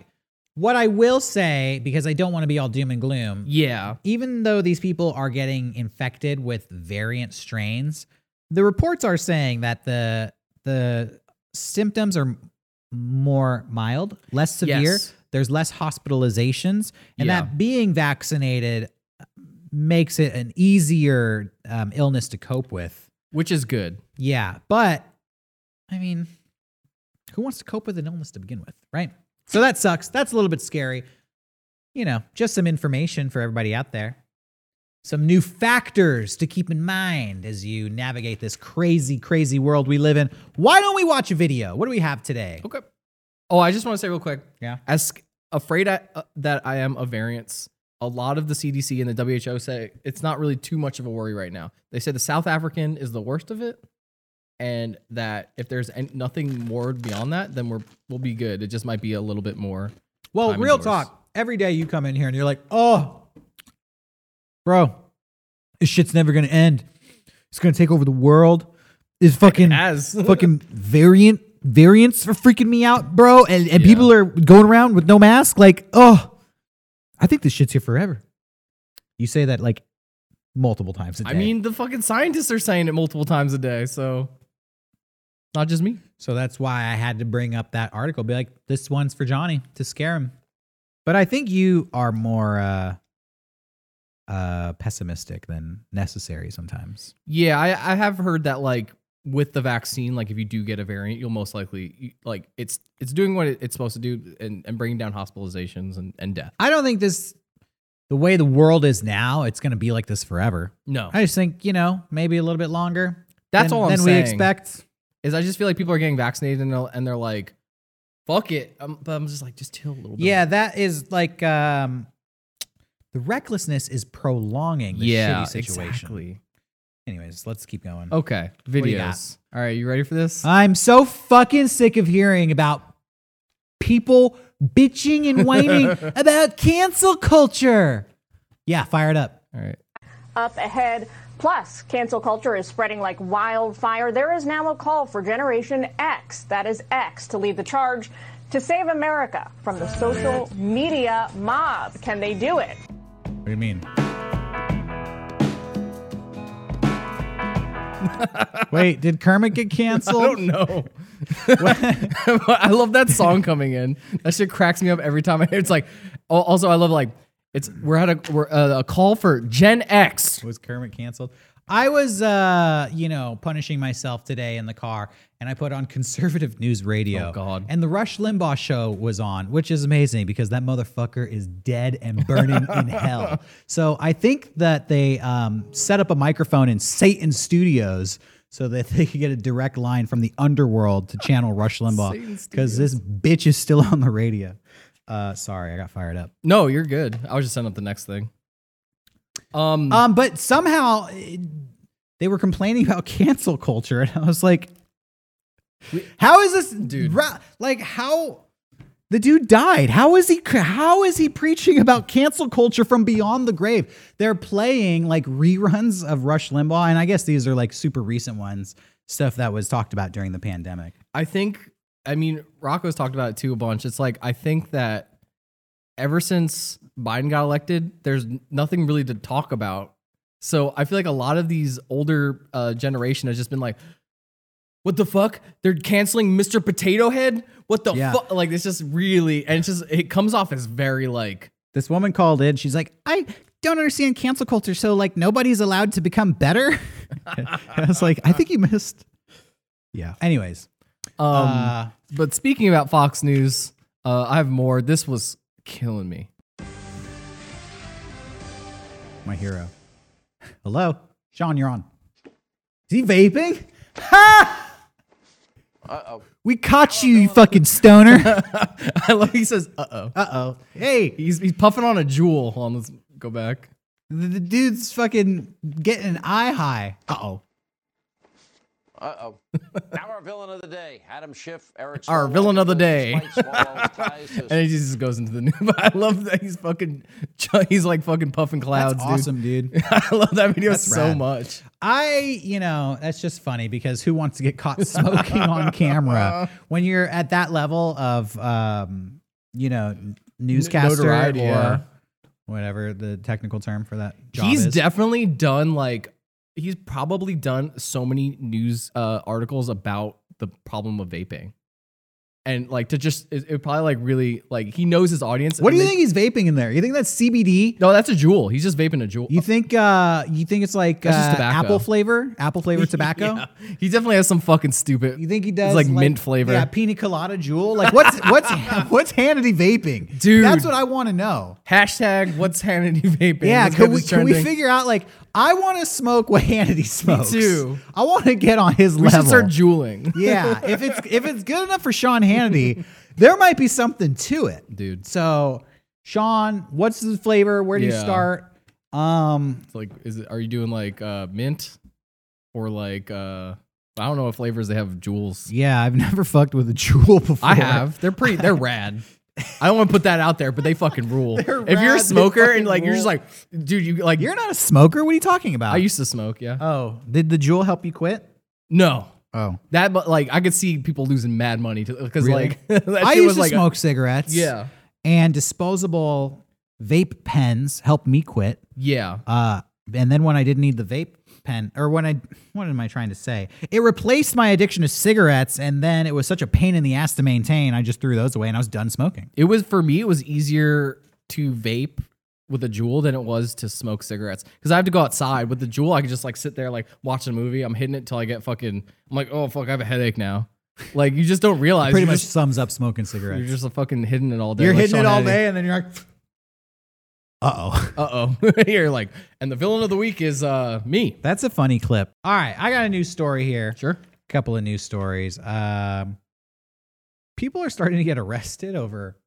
Speaker 1: What I will say, because I don't want to be all doom and gloom,
Speaker 2: yeah
Speaker 1: even though these people are getting infected with variant strains, the reports are saying that the the symptoms are m- more mild, less severe.
Speaker 2: Yes.
Speaker 1: There's less hospitalizations, and
Speaker 2: Yeah.
Speaker 1: that being vaccinated makes it an easier um, illness to cope with.
Speaker 2: which is good
Speaker 1: Yeah, but I mean, who wants to cope with an illness to begin with, right? So that sucks. That's a little bit scary. You know, just some information for everybody out there. Some new factors to keep in mind as you navigate this crazy, crazy world we live in. Why don't we watch a video? What do we have today?
Speaker 2: okay oh i just want to say real quick
Speaker 1: Yeah.
Speaker 2: as sc- afraid I, uh, that I am of variants, a lot of the CDC and the WHO say it's not really too much of a worry right now. They say the South African is the worst of it, and that if there's an nothing more beyond that, then we're we'll be good. It just might be a little bit <laughs> more.
Speaker 1: Well,
Speaker 2: I'm
Speaker 1: real
Speaker 2: indoors.
Speaker 1: talk. Every day you come in here and you're like, oh, bro, this shit's never going to end. It's going to take over the world. It's fucking.
Speaker 2: As
Speaker 1: fucking variant variants are freaking me out, bro. And and
Speaker 2: Yeah.
Speaker 1: people are going around with no mask. Like, oh, I think this shit's here forever. You say that like multiple times a day.
Speaker 2: I mean, the fucking scientists are saying it multiple times a day, so not just me.
Speaker 1: so that's why I had to bring up that article. Be like, this one's for Johnny to scare him. But I think you are more uh, uh, pessimistic than necessary sometimes.
Speaker 2: Yeah, I, I have heard that like with the vaccine, like if you do get a variant, you'll most likely you- like it's it's doing what it- it's supposed to do and, and bringing down hospitalizations and, and death.
Speaker 1: I don't think this, the way the world is now, it's going to be like this forever.
Speaker 2: No,
Speaker 1: I just think you know maybe a little bit longer.
Speaker 2: That's
Speaker 1: than,
Speaker 2: all I'm
Speaker 1: than we
Speaker 2: saying.
Speaker 1: expect.
Speaker 2: is I just feel like people are getting vaccinated and they're, and they're like, fuck it. Um but I'm just like, just chill a little bit.
Speaker 1: Yeah, that is like um, the recklessness is prolonging the
Speaker 2: yeah,
Speaker 1: shitty situation.
Speaker 2: exactly. Oh.
Speaker 1: Anyways, let's keep going.
Speaker 2: Okay,
Speaker 1: do you got?
Speaker 2: videos. All right, you ready for this?
Speaker 1: I'm so fucking sick of hearing about people bitching and whining
Speaker 2: <laughs>
Speaker 1: about cancel culture. Yeah, fire it up.
Speaker 2: All right. <laughs>
Speaker 3: up ahead. Plus, cancel culture is spreading like wildfire. There is now a call for Generation X, that is X, to lead the charge to save America from the social media mob. Can they do it?
Speaker 1: What do you
Speaker 2: <laughs>
Speaker 1: mean? Wait, did Kermit get canceled?
Speaker 2: I don't know. I love
Speaker 1: <laughs>
Speaker 2: that song coming in. That shit cracks me up every time I hear. it. It's like, al- also I love like it's we're at a we're uh, a call for Gen
Speaker 1: <laughs>
Speaker 2: X.
Speaker 1: was Kermit canceled? I was, uh, you know, punishing myself today in the car, and I put on conservative news radio.
Speaker 2: Oh, God.
Speaker 1: And the Rush Limbaugh show was on, which is amazing because that motherfucker is dead and burning
Speaker 2: <laughs>
Speaker 1: in hell. So I think that they um, set up a microphone in Satan Studios so that they could get a direct line from the underworld to channel Rush
Speaker 2: <laughs> Satan
Speaker 1: Limbaugh because this bitch is still <laughs> on the radio. Uh, sorry, I got fired up.
Speaker 2: No, you're good. I was just sending up the next thing. Um,
Speaker 1: Um, but somehow eh, they were complaining <laughs> about cancel culture, and I was like, "How is this
Speaker 2: Dude.
Speaker 1: ra- like, how the dude died? How is he? cr- How is he preaching about cancel culture from beyond the grave? They're playing like reruns of Rush Limbaugh, and I guess these are like super recent ones, stuff that was talked about during the pandemic.
Speaker 2: I think I mean Rocco's talked about it too a bunch. It's like I think that ever since Biden got elected, there's nothing really to talk about. So I feel like a lot of these older uh, generation has just been like, "What the fuck? They're canceling Mr. Potato Head? What the
Speaker 1: Yeah.
Speaker 2: fuck?" Like it's just really, and it's just it comes off as very like
Speaker 1: This woman called in. She's like, I don't understand cancel culture. So like nobody's allowed to become better. <laughs> I was like, I think you missed. Yeah. Anyways.
Speaker 2: um,
Speaker 1: Uh,
Speaker 2: But speaking about Fox News, uh, I have more. This was killing me.
Speaker 1: my hero. Hello, Sean. You're on. Is he vaping? Ha!
Speaker 4: Uh-oh.
Speaker 1: We caught you, you fucking <laughs> stoner.
Speaker 2: <laughs> I love. He says, "Uh oh."
Speaker 1: uh oh. Hey,
Speaker 2: He's he's puffing on a jewel. Hold on, let's go back.
Speaker 1: the, the dude's fucking getting an eye high. Uh oh.
Speaker 4: Uh-oh. now our villain of the day, Adam Schiff, Eric.
Speaker 2: Our
Speaker 4: Swalwell,
Speaker 2: villain of the
Speaker 4: who
Speaker 2: day.
Speaker 4: despite Swalwell's ties
Speaker 2: <laughs>
Speaker 4: to
Speaker 2: And he just goes into the new. <laughs> But I love that he's fucking. <laughs> He's like fucking puffing clouds,
Speaker 1: That's awesome, dude.
Speaker 2: dude. <laughs> I love that video so
Speaker 1: rad.
Speaker 2: much.
Speaker 1: I, you know, that's just funny because who wants to get caught smoking on
Speaker 2: <laughs>
Speaker 1: camera when you're at that level of, um, you know, n- newscaster or
Speaker 2: notoriety, yeah.
Speaker 1: whatever the technical term for that job
Speaker 2: he's
Speaker 1: is.
Speaker 2: definitely done like. He's probably done so many news uh, articles about the problem of vaping, and like to just it, it probably like really like he knows his audience.
Speaker 1: what do
Speaker 2: and
Speaker 1: you
Speaker 2: they-
Speaker 1: think he's vaping in there? You think that's CBD?
Speaker 2: No, that's a jewel. He's just vaping a jewel.
Speaker 1: You think uh you think it's like
Speaker 2: That's just
Speaker 1: uh,
Speaker 2: tobacco.
Speaker 1: apple flavor, apple flavor tobacco?
Speaker 2: <laughs> Yeah. <laughs> He definitely has some fucking stupid.
Speaker 1: You think he does
Speaker 2: like mint flavor.
Speaker 1: Yeah, pina colada jewel. Like what's what's <laughs> what's Hannity vaping,
Speaker 2: Dude.
Speaker 1: That's what I want to know.
Speaker 2: Hashtag what's Hannity vaping?
Speaker 1: Yeah,
Speaker 2: Let's get
Speaker 1: can we
Speaker 2: this
Speaker 1: can we
Speaker 2: trending.
Speaker 1: figure out like I want to smoke what <laughs> Hannity smokes.
Speaker 2: too.
Speaker 1: I want to get on his
Speaker 2: We
Speaker 1: level.
Speaker 2: should start jeweling.
Speaker 1: yeah, if it's if it's good enough for Sean
Speaker 2: <laughs>
Speaker 1: Hannity, there might be something to it,
Speaker 2: Dude.
Speaker 1: So, Sean, what's the flavor? Where do you
Speaker 2: Yeah.
Speaker 1: start? Um,
Speaker 2: It's like, is it? Are you doing like uh, mint or like uh, I don't know what flavors they have of jewels.
Speaker 1: yeah, I've <laughs> never fucked with a jewel <laughs> before.
Speaker 2: I have. They're pretty.
Speaker 1: <laughs>
Speaker 2: They're rad. I don't want to put that out there, but they fucking rule. if
Speaker 1: They're
Speaker 2: you're
Speaker 1: rad,
Speaker 2: a
Speaker 1: they
Speaker 2: smoker
Speaker 1: fucking
Speaker 2: and like you're just
Speaker 1: rule.
Speaker 2: like, dude, you like
Speaker 1: You're not a smoker. What are you talking about?
Speaker 2: I used to smoke. Yeah.
Speaker 1: oh, did the jewel help you quit?
Speaker 2: no.
Speaker 1: Oh,
Speaker 2: That, but like, I could see people losing mad money to because
Speaker 1: Really?
Speaker 2: like <laughs> that
Speaker 1: I
Speaker 2: shit
Speaker 1: used
Speaker 2: was
Speaker 1: to
Speaker 2: like a-
Speaker 1: smoke cigarettes.
Speaker 2: yeah,
Speaker 1: and disposable vape pens helped me quit.
Speaker 2: yeah.
Speaker 1: Uh, and then when I didn't need the vape pen, or when I, what am I trying to say? It replaced my addiction to cigarettes, and then it was such a pain in the ass to maintain. I just threw those away, and I was done smoking.
Speaker 2: It was for me. It was easier to vape with a jewel than it was to smoke cigarettes because I have to go outside. With the jewel, I can just like sit there like watch a movie. I'm hitting it till I get fucking. I'm like, oh fuck, I have a headache now. Like you just don't realize.
Speaker 1: Pretty
Speaker 2: you're
Speaker 1: much
Speaker 2: just,
Speaker 1: sums up smoking cigarettes.
Speaker 2: you're just fucking hitting it all day.
Speaker 1: You're
Speaker 2: like
Speaker 1: hitting
Speaker 2: Sean
Speaker 1: it all
Speaker 2: Hannity.
Speaker 1: day, and then you're
Speaker 2: <laughs>
Speaker 1: like, uh oh.
Speaker 2: Uh oh. <laughs> You're like, and the villain of the week is uh me.
Speaker 1: <laughs> That's a funny clip. All right, I got a new story here.
Speaker 2: Sure.
Speaker 1: couple of news stories. Um, people are starting to get arrested over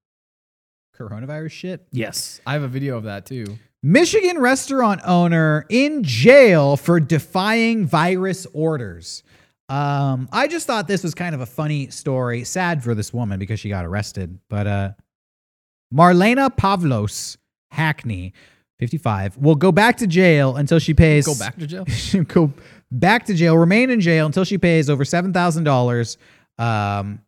Speaker 1: coronavirus shit.
Speaker 2: Yes, I have a video of that too.
Speaker 1: Michigan restaurant owner in jail for defying virus orders. Um, I just thought this was kind of a funny story. Sad for this woman because she got arrested. But uh, Marlena Pavlos Hackney, 55, will go back to jail until she pays.
Speaker 2: Go back to jail.
Speaker 1: She'll <laughs> go back to jail, remain in jail until she pays over seven thousand dollars, um,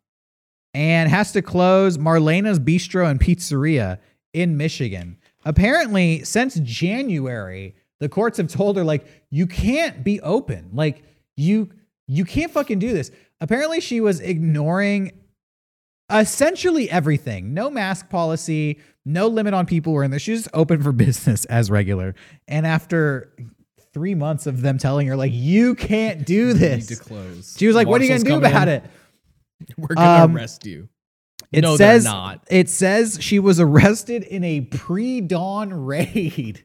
Speaker 1: and has to close Marlena's Bistro and Pizzeria in Michigan. Apparently, since January, the courts have told her like you can't be open, like you you can't fucking do this. Apparently, she was ignoring essentially everything. No mask policy, no limit on people wearing this. She's just open for <laughs> business as regular. And after three months of them telling her, like, you can't do
Speaker 2: Need to
Speaker 1: this,
Speaker 2: close.
Speaker 1: she was like, what are you going to do
Speaker 2: Marshals
Speaker 1: about
Speaker 2: coming in.
Speaker 1: it?
Speaker 2: We're gonna
Speaker 1: Um,
Speaker 2: arrest you.
Speaker 1: It
Speaker 2: no,
Speaker 1: says
Speaker 2: they're not.
Speaker 1: it says she was arrested in a pre-dawn raid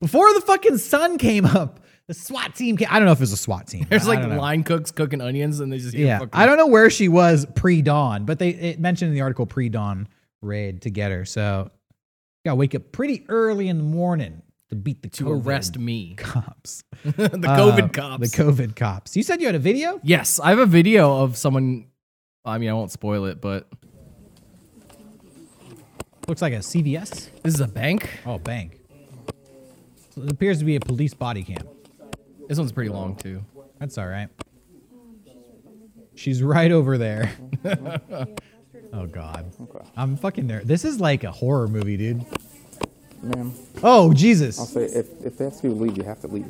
Speaker 1: before the fucking sun came up. The SWAT team came. I don't know if it was a SWAT team.
Speaker 2: There's
Speaker 1: I- I
Speaker 2: like
Speaker 1: don't know.
Speaker 2: line cooks cooking onions, and they just hear
Speaker 1: Yeah,
Speaker 2: Fucking,
Speaker 1: I don't know where she was pre-dawn, but they it mentioned in the article pre-dawn raid to get her. So, gotta wake up pretty early in the morning to beat the
Speaker 2: to
Speaker 1: COVID
Speaker 2: arrest me.
Speaker 1: cops.
Speaker 2: the
Speaker 1: Uh,
Speaker 2: COVID cops.
Speaker 1: The COVID cops. You said you had a video.
Speaker 2: yes, I have a video of someone. I mean, I won't spoil it, but
Speaker 1: Looks like a CVS.
Speaker 2: this is a bank.
Speaker 1: Oh, bank. So it appears to be a police body cam.
Speaker 2: This one's pretty long too.
Speaker 1: That's all right. She's right over
Speaker 5: <laughs>
Speaker 1: there. oh God, I'm fucking there. This is like a horror movie, dude.
Speaker 5: Ma'am,
Speaker 1: Oh Jesus.
Speaker 5: I'll say if, if they ask you to leave, you have to leave.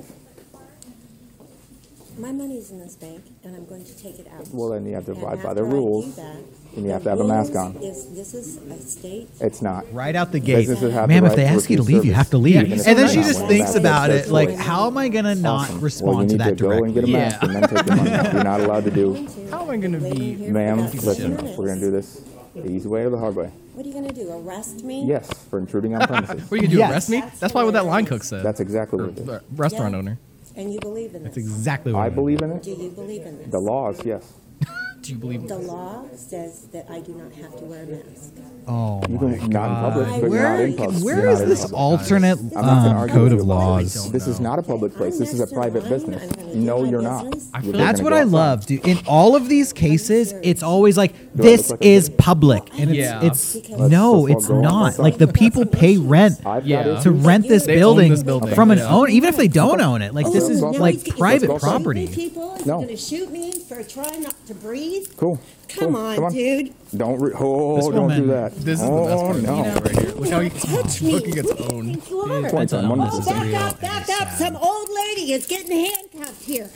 Speaker 6: My money's in this bank, and I'm going to take it out.
Speaker 5: Well, then you have to
Speaker 6: And
Speaker 5: abide by
Speaker 6: after
Speaker 5: the
Speaker 6: I do
Speaker 5: rules,
Speaker 6: that,
Speaker 5: and you have
Speaker 6: the
Speaker 5: to have a mask
Speaker 6: rules
Speaker 5: on.
Speaker 6: Is, this is a state.
Speaker 5: It's not.
Speaker 1: right out the gate.
Speaker 5: Businesses have
Speaker 1: Ma'am,
Speaker 5: the
Speaker 1: if they
Speaker 5: right to
Speaker 1: ask you to
Speaker 5: refuse
Speaker 1: leave, you
Speaker 5: service,
Speaker 1: have to leave.
Speaker 5: even if
Speaker 1: and then
Speaker 5: it's
Speaker 1: she
Speaker 5: not
Speaker 1: just
Speaker 5: one
Speaker 1: thinks
Speaker 5: basket,
Speaker 1: about
Speaker 5: that's
Speaker 1: it like,
Speaker 5: fine.
Speaker 1: how am I going to not
Speaker 5: Awesome.
Speaker 1: respond
Speaker 5: well, you
Speaker 1: to
Speaker 5: need
Speaker 1: that
Speaker 5: to go
Speaker 1: directly?
Speaker 5: and get a mask
Speaker 2: Yeah.
Speaker 5: and then take your money. You're not allowed
Speaker 1: <laughs>
Speaker 5: to do.
Speaker 6: How
Speaker 2: am I gonna be-
Speaker 5: Ma'am, listen, we're going to do this the easy way or the hard way.
Speaker 6: What are you going to do? Arrest me?
Speaker 5: Yes, for intruding
Speaker 1: <laughs>
Speaker 5: on premises.
Speaker 2: What are you gonna do?
Speaker 1: Yes.
Speaker 2: Arrest me? That's probably what that line cook said.
Speaker 5: That's exactly
Speaker 2: Or,
Speaker 5: what it is.
Speaker 2: uh, restaurant
Speaker 6: Yeah.
Speaker 2: owner.
Speaker 6: And you believe in this?
Speaker 1: That's exactly what
Speaker 5: I
Speaker 1: I'm-
Speaker 5: believe in it.
Speaker 6: Do you believe in this?
Speaker 5: The laws, yes.
Speaker 1: Oh
Speaker 2: Do you believe?
Speaker 6: The law says that I do not have to wear a mask.
Speaker 1: Oh,
Speaker 5: You can not in public, but you're not
Speaker 1: where,
Speaker 5: in public.
Speaker 1: where
Speaker 5: You're
Speaker 1: is
Speaker 5: not in
Speaker 1: this
Speaker 5: public.
Speaker 1: alternate
Speaker 5: I'm not gonna
Speaker 1: um,
Speaker 5: argue
Speaker 1: code
Speaker 5: with
Speaker 1: of
Speaker 5: you about it.
Speaker 1: laws?
Speaker 5: This is not a public place. This is a
Speaker 6: I'm next
Speaker 5: private
Speaker 6: in line.
Speaker 5: business.
Speaker 6: I'm gonna do
Speaker 5: No,
Speaker 6: my
Speaker 5: you're not.
Speaker 6: business. I
Speaker 5: You're
Speaker 1: That's
Speaker 5: gonna
Speaker 1: what
Speaker 5: go
Speaker 1: I
Speaker 5: outside.
Speaker 1: love, dude. In all of these cases, it's always like
Speaker 5: Do I look
Speaker 1: this
Speaker 5: like a
Speaker 1: is
Speaker 5: dick?
Speaker 1: public, and it's
Speaker 2: Yeah.
Speaker 1: it's
Speaker 6: Let's-
Speaker 1: no,
Speaker 5: let's all
Speaker 1: it's
Speaker 5: go on
Speaker 1: not.
Speaker 5: outside.
Speaker 1: Like the people pay rent
Speaker 5: I've
Speaker 2: Yeah.
Speaker 5: got issues.
Speaker 1: to rent this
Speaker 2: They own
Speaker 1: building,
Speaker 2: this building,
Speaker 1: from an
Speaker 2: yeah.
Speaker 1: owner, even if they don't own it. Like this
Speaker 5: Oh,
Speaker 1: is
Speaker 5: now
Speaker 1: like
Speaker 5: he's getting-
Speaker 1: private
Speaker 5: Let's go outside.
Speaker 1: property.
Speaker 6: People
Speaker 5: No.
Speaker 6: going to shoot me for trying not to breathe.
Speaker 5: Cool.
Speaker 6: Come
Speaker 5: Cool.
Speaker 6: on,
Speaker 5: Come on.
Speaker 6: dude.
Speaker 5: Don't re- oh,
Speaker 1: This
Speaker 5: don't
Speaker 1: woman-
Speaker 5: do that.
Speaker 2: This is
Speaker 5: oh,
Speaker 2: the best part.
Speaker 5: no.
Speaker 2: Of the video right here. Look how you
Speaker 6: Touch me.
Speaker 2: Cooking its
Speaker 6: Who do you
Speaker 2: own.
Speaker 6: think you are?
Speaker 5: Points on one
Speaker 6: Oh,
Speaker 5: person.
Speaker 6: back
Speaker 1: real
Speaker 6: up, back
Speaker 1: and
Speaker 6: up.
Speaker 1: sad.
Speaker 6: Some old lady is getting handcuffed here.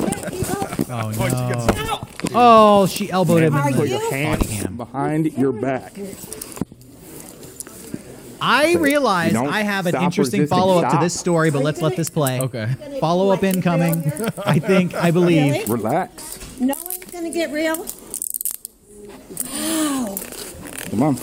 Speaker 6: Back people
Speaker 1: Oh no!
Speaker 6: out.
Speaker 1: Oh, she elbowed him.
Speaker 6: Are
Speaker 1: in the-
Speaker 6: you-
Speaker 5: Hands behind your back.
Speaker 1: I realize
Speaker 5: Don't
Speaker 1: I have an
Speaker 5: stop
Speaker 1: interesting
Speaker 5: resisting.
Speaker 1: follow up to
Speaker 5: Stop.
Speaker 1: this story, but
Speaker 6: Are you
Speaker 1: let's let
Speaker 6: gonna-
Speaker 1: this play.
Speaker 2: <laughs> Okay.
Speaker 1: Follow up
Speaker 6: Like,
Speaker 1: incoming.
Speaker 6: you know,
Speaker 1: I think, I believe.
Speaker 6: Really?
Speaker 5: Relax.
Speaker 6: No one's gonna get real. Wow.
Speaker 5: Come on.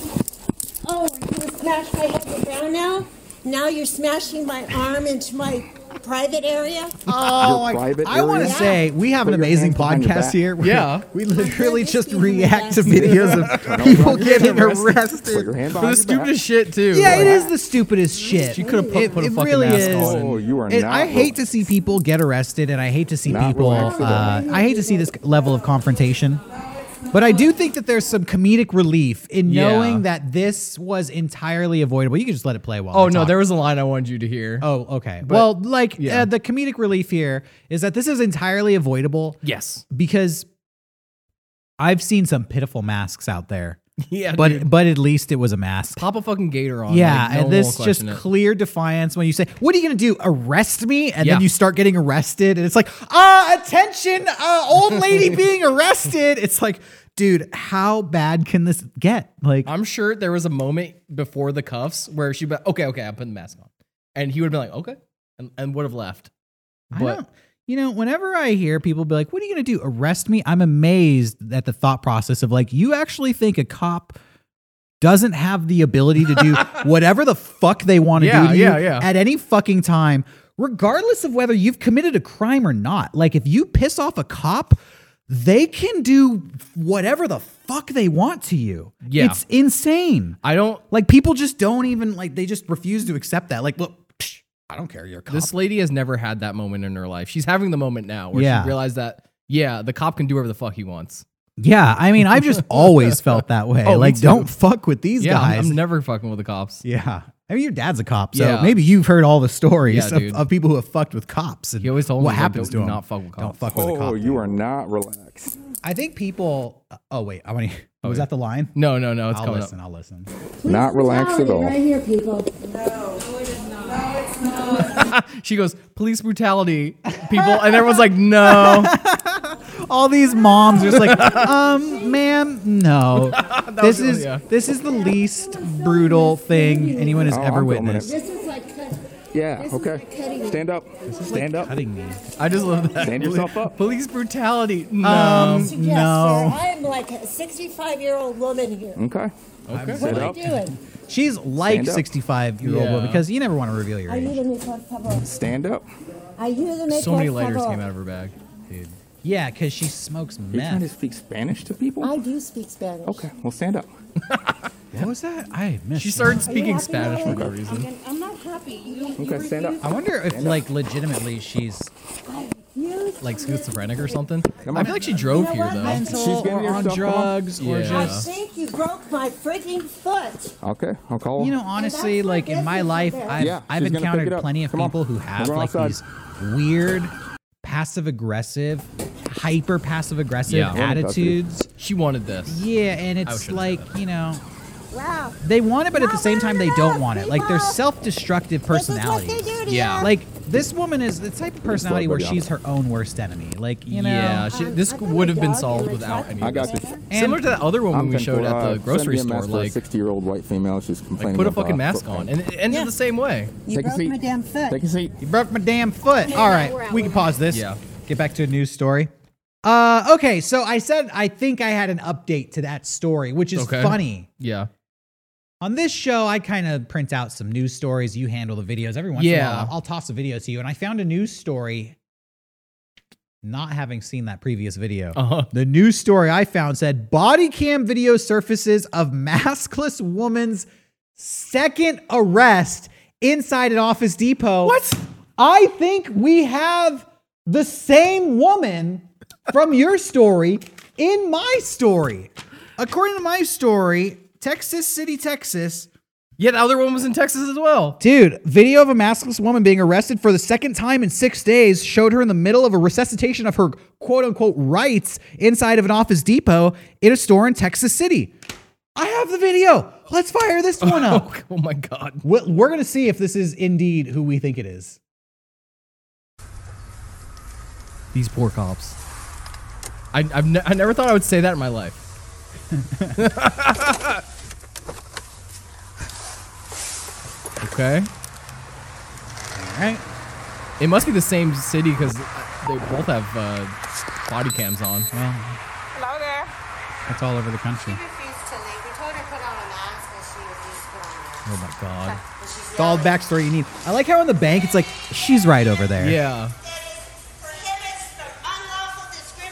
Speaker 6: Oh, are you gonna smash my head to the ground now? Now you're smashing my arm into my private area?
Speaker 1: Oh,
Speaker 5: Your
Speaker 1: I,
Speaker 5: private
Speaker 1: I want to
Speaker 5: area?
Speaker 1: say we have
Speaker 5: Put
Speaker 1: an
Speaker 5: your
Speaker 1: amazing
Speaker 5: hands behind your
Speaker 1: podcast
Speaker 5: back.
Speaker 1: here. where
Speaker 2: Yeah.
Speaker 1: <laughs> We literally
Speaker 6: Don't
Speaker 1: just
Speaker 6: just be
Speaker 1: react to
Speaker 6: relaxed.
Speaker 1: videos
Speaker 5: <laughs>
Speaker 1: of people getting
Speaker 5: Put your
Speaker 1: arrested.
Speaker 5: hand
Speaker 2: For the
Speaker 5: behind your back.
Speaker 2: stupidest shit too.
Speaker 1: Yeah, it
Speaker 2: Like,
Speaker 1: is the stupidest shit.
Speaker 2: She coulda put-
Speaker 1: It-
Speaker 2: put a
Speaker 1: it
Speaker 2: fucking
Speaker 1: really
Speaker 2: mask
Speaker 1: is.
Speaker 2: on.
Speaker 5: Oh, you are
Speaker 1: And
Speaker 5: not.
Speaker 1: I hate to
Speaker 5: relaxed.
Speaker 1: see people get arrested, and I hate to see
Speaker 5: Not
Speaker 1: people.
Speaker 5: relaxed at
Speaker 1: Uh,
Speaker 5: all.
Speaker 1: I hate to see this level of confrontation. But I do think that there's some comedic relief in
Speaker 2: Yeah.
Speaker 1: knowing that this was entirely avoidable. You can just let it play while.
Speaker 2: Oh
Speaker 1: I
Speaker 2: no,
Speaker 1: talk.
Speaker 2: there was a line I wanted you to hear.
Speaker 1: Oh, okay. well, like
Speaker 2: yeah.
Speaker 1: uh, the comedic relief here is that this is entirely avoidable
Speaker 2: yes.
Speaker 1: because I've seen some pitiful masks out there,
Speaker 2: <laughs> Yeah,
Speaker 1: but
Speaker 2: dude.
Speaker 1: but at least it was a mask.
Speaker 2: pop a fucking gator on.
Speaker 1: yeah,
Speaker 2: like, no
Speaker 1: and
Speaker 2: one
Speaker 1: this
Speaker 2: will
Speaker 1: just
Speaker 2: question it.
Speaker 1: clear defiance when you say, "What are you gonna do? Arrest me?" And
Speaker 2: Yeah.
Speaker 1: then you start getting uh,
Speaker 2: <laughs>
Speaker 1: arrested, and it's like, "Ah, attention, uh, old lady being arrested." It's like, dude, how bad can this get? Like,
Speaker 2: I'm sure there was a moment before the cuffs where she, but okay, okay, I'm putting the mask on, and he would have been like, okay, and, and would have left.
Speaker 1: I
Speaker 2: But
Speaker 1: don't- you know, whenever I hear people be like, "What are you going to do? Arrest me?" I'm amazed at the thought process of like, you actually think a cop doesn't have the ability to
Speaker 2: <laughs>
Speaker 1: do whatever the fuck they want to
Speaker 2: Yeah,
Speaker 1: do to you
Speaker 2: yeah, yeah.
Speaker 1: at any fucking time, regardless of whether you've committed a crime or not. Like, if you piss off a cop, they can do whatever the fuck they want to you.
Speaker 2: Yeah.
Speaker 1: it's insane.
Speaker 2: I don't.
Speaker 1: Like, people just don't even like they just refuse to accept that. Like, look. psh, I don't care. You're a cop.
Speaker 2: This lady has never had that moment in her life. She's having the moment now where
Speaker 1: Yeah.
Speaker 2: she realized that, yeah, the cop can do whatever the fuck he wants.
Speaker 1: Yeah, I mean, I've
Speaker 2: <laughs>
Speaker 1: just always felt that way.
Speaker 2: Oh, me
Speaker 1: like,
Speaker 2: too.
Speaker 1: don't fuck with these
Speaker 2: Yeah, I'm-
Speaker 1: guys.
Speaker 2: I'm, never fucking with the cops.
Speaker 1: yeah, I mean, your dad's a cop, so
Speaker 2: Yeah.
Speaker 1: maybe you've heard all the stories
Speaker 2: Yeah,
Speaker 1: of,
Speaker 2: dude.
Speaker 1: of people who have fucked with cops and
Speaker 2: He always told me,
Speaker 1: what
Speaker 2: he's like,
Speaker 1: happens to
Speaker 2: don't- do
Speaker 1: them.
Speaker 2: not fuck with cops.
Speaker 1: Don't fuck with a
Speaker 5: Oh,
Speaker 1: cop.
Speaker 5: you are not relaxed.
Speaker 1: I think people.
Speaker 2: uh,
Speaker 1: Oh Mm, wait, I want to. was
Speaker 2: yeah.
Speaker 1: that the line?
Speaker 2: No, no, no, it's
Speaker 1: I'll
Speaker 2: coming
Speaker 1: listen.
Speaker 2: up.
Speaker 1: I'll listen.
Speaker 6: Police
Speaker 5: Not relaxed at
Speaker 6: brutality
Speaker 5: all.
Speaker 6: Right here, people.
Speaker 2: She goes, police brutality, people. And everyone's
Speaker 1: <laughs>
Speaker 2: like, no.
Speaker 1: All these moms are just like, <laughs> um, ma'am,
Speaker 2: <laughs>
Speaker 1: no. this is
Speaker 2: yeah.
Speaker 1: this is the least brutal thing anyone has
Speaker 5: Oh,
Speaker 1: ever
Speaker 5: I'm filming it.
Speaker 1: witnessed.
Speaker 6: This is like cut.
Speaker 5: Yeah,
Speaker 6: This is like
Speaker 5: okay.
Speaker 6: cutting-
Speaker 5: Stand up. Stand up.
Speaker 1: Cutting me.
Speaker 2: I just love that.
Speaker 5: Stand yourself up.
Speaker 2: Police brutality. No.
Speaker 1: Um,
Speaker 6: Yes,
Speaker 1: No.
Speaker 6: sir. I am like a 65 year old woman here.
Speaker 5: Okay.
Speaker 6: What
Speaker 5: Mm, Sit
Speaker 6: am I
Speaker 5: up.
Speaker 6: doing?
Speaker 1: She's like
Speaker 5: Stand up.
Speaker 1: 65 year old
Speaker 2: Yeah.
Speaker 1: woman because you never want to reveal your age.
Speaker 6: Ayúdame, por favor.
Speaker 5: Stand up.
Speaker 6: Ayúdame,
Speaker 2: so many
Speaker 6: por
Speaker 2: lighters
Speaker 6: favor.
Speaker 2: came out of her bag. Dude.
Speaker 1: Yeah, because she smokes
Speaker 5: Are you trying to
Speaker 1: meth.
Speaker 5: speak Spanish to people?
Speaker 6: I do speak Spanish.
Speaker 5: Okay. Well, stand up.
Speaker 1: What was that? I missed.
Speaker 2: She
Speaker 1: that.
Speaker 2: started
Speaker 6: Are you
Speaker 2: speaking
Speaker 6: happy
Speaker 2: Spanish for
Speaker 6: about
Speaker 2: no
Speaker 6: it?
Speaker 2: reason.
Speaker 6: I'm- I'm not happy. You, you
Speaker 5: Okay. Stand up.
Speaker 1: I wonder if, like, legitimately she's
Speaker 6: refuse
Speaker 2: Like
Speaker 6: to
Speaker 2: schizophrenic or
Speaker 6: listen.
Speaker 2: something. I feel like she drove
Speaker 6: You know
Speaker 2: here
Speaker 6: what?
Speaker 2: though.
Speaker 6: I-
Speaker 1: mental
Speaker 5: She's giving
Speaker 1: or on
Speaker 5: herself
Speaker 1: drugs or
Speaker 2: Yeah.
Speaker 6: I
Speaker 1: just.
Speaker 6: think you broke my freaking foot.
Speaker 5: Okay. I'll call.
Speaker 1: You know, honestly,
Speaker 6: that's
Speaker 1: like
Speaker 6: what
Speaker 1: in my
Speaker 6: gets you
Speaker 1: life,
Speaker 6: there.
Speaker 1: I've,
Speaker 5: Yeah,
Speaker 1: I've
Speaker 5: she's gonna pick
Speaker 1: encountered
Speaker 5: it up.
Speaker 1: plenty of
Speaker 5: Come on.
Speaker 1: people who have
Speaker 5: We're
Speaker 1: like
Speaker 5: outside.
Speaker 1: these weird, passive aggressive, hyper passive aggressive
Speaker 2: Yeah.
Speaker 5: Yeah, that's it.
Speaker 1: attitudes.
Speaker 2: She wanted this.
Speaker 1: Yeah, and
Speaker 2: shouldn't
Speaker 1: it's
Speaker 2: say
Speaker 1: like
Speaker 2: that.
Speaker 1: you know
Speaker 6: Wow.
Speaker 1: they want it, but at the
Speaker 6: Not
Speaker 1: same
Speaker 6: wearing
Speaker 1: time
Speaker 6: a
Speaker 1: they
Speaker 6: mask,
Speaker 1: don't want it. Like they're
Speaker 6: people.
Speaker 1: self-destructive
Speaker 6: This is what
Speaker 1: personalities.
Speaker 6: they do to
Speaker 2: Yeah.
Speaker 6: you.
Speaker 1: Like this woman is the type of personality where
Speaker 5: buddy.
Speaker 1: she's her own worst enemy. Like you know,
Speaker 2: yeah, she,
Speaker 6: Um,
Speaker 2: this
Speaker 6: I've got
Speaker 2: would
Speaker 6: my
Speaker 2: have been
Speaker 6: dog
Speaker 2: solved
Speaker 6: in my
Speaker 2: without
Speaker 6: truck.
Speaker 2: any
Speaker 5: I
Speaker 2: of
Speaker 5: got
Speaker 2: this.
Speaker 5: you.
Speaker 2: Similar to that other woman
Speaker 5: I'm
Speaker 2: we showed at
Speaker 5: uh,
Speaker 2: the
Speaker 5: send
Speaker 2: grocery
Speaker 5: me a
Speaker 2: store,
Speaker 5: message for
Speaker 2: like,
Speaker 5: a 60 year old white female. She's
Speaker 2: like
Speaker 5: complaining.
Speaker 2: put a
Speaker 5: about,
Speaker 2: fucking
Speaker 5: uh,
Speaker 2: mask
Speaker 5: foot
Speaker 2: on,
Speaker 5: pain.
Speaker 2: and it ended
Speaker 6: Yeah.
Speaker 2: the same way.
Speaker 6: You
Speaker 5: Take a
Speaker 6: broke
Speaker 5: seat.
Speaker 6: my damn foot.
Speaker 5: Take a seat.
Speaker 1: You broke my damn foot. All
Speaker 6: we're out,
Speaker 1: right, we can
Speaker 6: we're
Speaker 1: pause this.
Speaker 2: Yeah.
Speaker 1: Get back to a news story. Uh, okay, so I said I think I had an update to that story, which is
Speaker 2: Okay.
Speaker 1: funny.
Speaker 2: Yeah,
Speaker 1: On this show, I kind of print out some news stories. You handle the videos. Every once in a
Speaker 2: Yeah.
Speaker 1: while, I'll- I'll toss a video to you. And I found a news story, not having seen that previous video.
Speaker 2: Uh-huh.
Speaker 1: The news story I found said body cam video surfaces of maskless woman's second arrest inside an Office Depot. What? I think we have the same woman from your story in my story. According to my story, Texas City, Texas,
Speaker 2: yeah. The other one was in Texas as well. <laughs>
Speaker 1: Dude, video of a maskless woman being arrested for the second time in six days showed her in the middle of a resuscitation of her quote unquote rights inside of an office depot in a store in Texas City. I have the video. Let's fire <laughs> this one up.
Speaker 2: Oh, oh my god.
Speaker 1: We- We're going to see if this is indeed who we think it is.
Speaker 2: These poor cops. I, I've ne- I never thought I would say that in my life. <laughs> okay.
Speaker 1: All right.
Speaker 2: It must be the same city because they both have uh, body cams on.
Speaker 7: Hello there.
Speaker 1: That's all over the country.
Speaker 7: She refused to leave. We told her to put on a mask and she refused to put on a mask.
Speaker 2: Oh my god.
Speaker 7: And she's
Speaker 1: It's all the backstory you need. I like how in the bank it's like, she's right over there.
Speaker 2: Yeah.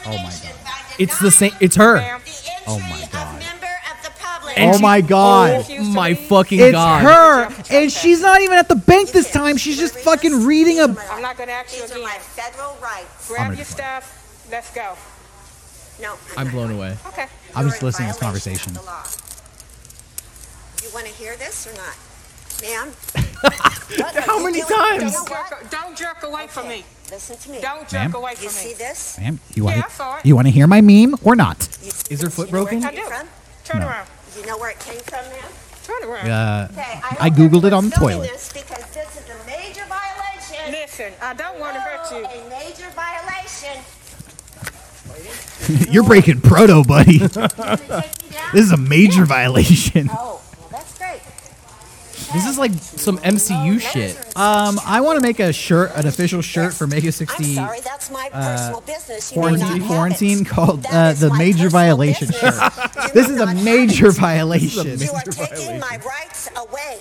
Speaker 7: Oh my god.
Speaker 2: It's the same. It's her.
Speaker 7: oh my god.
Speaker 1: And Oh she- my God.
Speaker 2: Oh my fucking
Speaker 1: It's
Speaker 2: god.
Speaker 1: her, and she's not even at the bank this time. She's just fucking reading a.
Speaker 7: I'm not gonna ask you
Speaker 6: These are my
Speaker 7: again.
Speaker 6: federal rights.
Speaker 1: I'm
Speaker 7: Grab your
Speaker 1: gonna-
Speaker 7: stuff. Let's go.
Speaker 6: No.
Speaker 2: I'm blown away.
Speaker 7: Okay.
Speaker 1: I'm
Speaker 6: You're
Speaker 1: just
Speaker 6: in
Speaker 1: listening to this
Speaker 6: violation
Speaker 1: conversation.
Speaker 6: of the law. You want to hear this or not? Ma'am? What
Speaker 2: How
Speaker 6: are you
Speaker 2: many
Speaker 6: doing?
Speaker 2: times?
Speaker 6: You know
Speaker 7: Don't
Speaker 6: what?
Speaker 7: jerk, don't jerk away from me.
Speaker 6: Listen to me.
Speaker 7: Don't jerk
Speaker 1: Ma'am?
Speaker 7: away from
Speaker 6: You see
Speaker 7: me.
Speaker 6: this?
Speaker 1: Ma'am, you
Speaker 7: Yeah,
Speaker 1: want
Speaker 7: I saw it.
Speaker 1: you want to hear my meme or not? <laughs>
Speaker 6: You see
Speaker 2: Is her
Speaker 6: this?
Speaker 2: foot
Speaker 6: You know where it
Speaker 2: broken?
Speaker 7: I
Speaker 6: came
Speaker 7: do.
Speaker 6: from?
Speaker 7: Turn
Speaker 1: No.
Speaker 7: around.
Speaker 6: You know where it came from, ma'am?
Speaker 7: Turn around.
Speaker 1: Uh,
Speaker 6: Okay,
Speaker 1: I
Speaker 6: hope
Speaker 1: googled it on
Speaker 6: everyone's
Speaker 1: the
Speaker 6: filming
Speaker 1: toilet.
Speaker 6: this Because this is a major violation. Oh,
Speaker 7: Listen, I don't want to hurt you.
Speaker 6: A major violation.
Speaker 1: You're breaking proto,
Speaker 2: <laughs>
Speaker 1: buddy. <laughs> this
Speaker 7: Gonna take me down?
Speaker 1: is a major violation.
Speaker 7: Oh, well, that's great.
Speaker 2: This is like some MCU shit.
Speaker 1: Um, I want to make a shirt, an official shirt for Mega
Speaker 6: I'm
Speaker 1: 60
Speaker 6: sorry, that's my personal business. You may not
Speaker 1: uh, quarantine,
Speaker 6: have it.
Speaker 1: quarantine called
Speaker 6: That
Speaker 1: uh,
Speaker 6: is
Speaker 1: the
Speaker 6: my
Speaker 1: major
Speaker 6: personal
Speaker 1: violation
Speaker 6: business.
Speaker 1: <laughs>
Speaker 7: <laughs>
Speaker 1: shirt.
Speaker 6: You
Speaker 1: This
Speaker 6: may
Speaker 1: is a
Speaker 6: not have
Speaker 1: major
Speaker 6: it.
Speaker 1: violation.
Speaker 6: You are taking my rights away.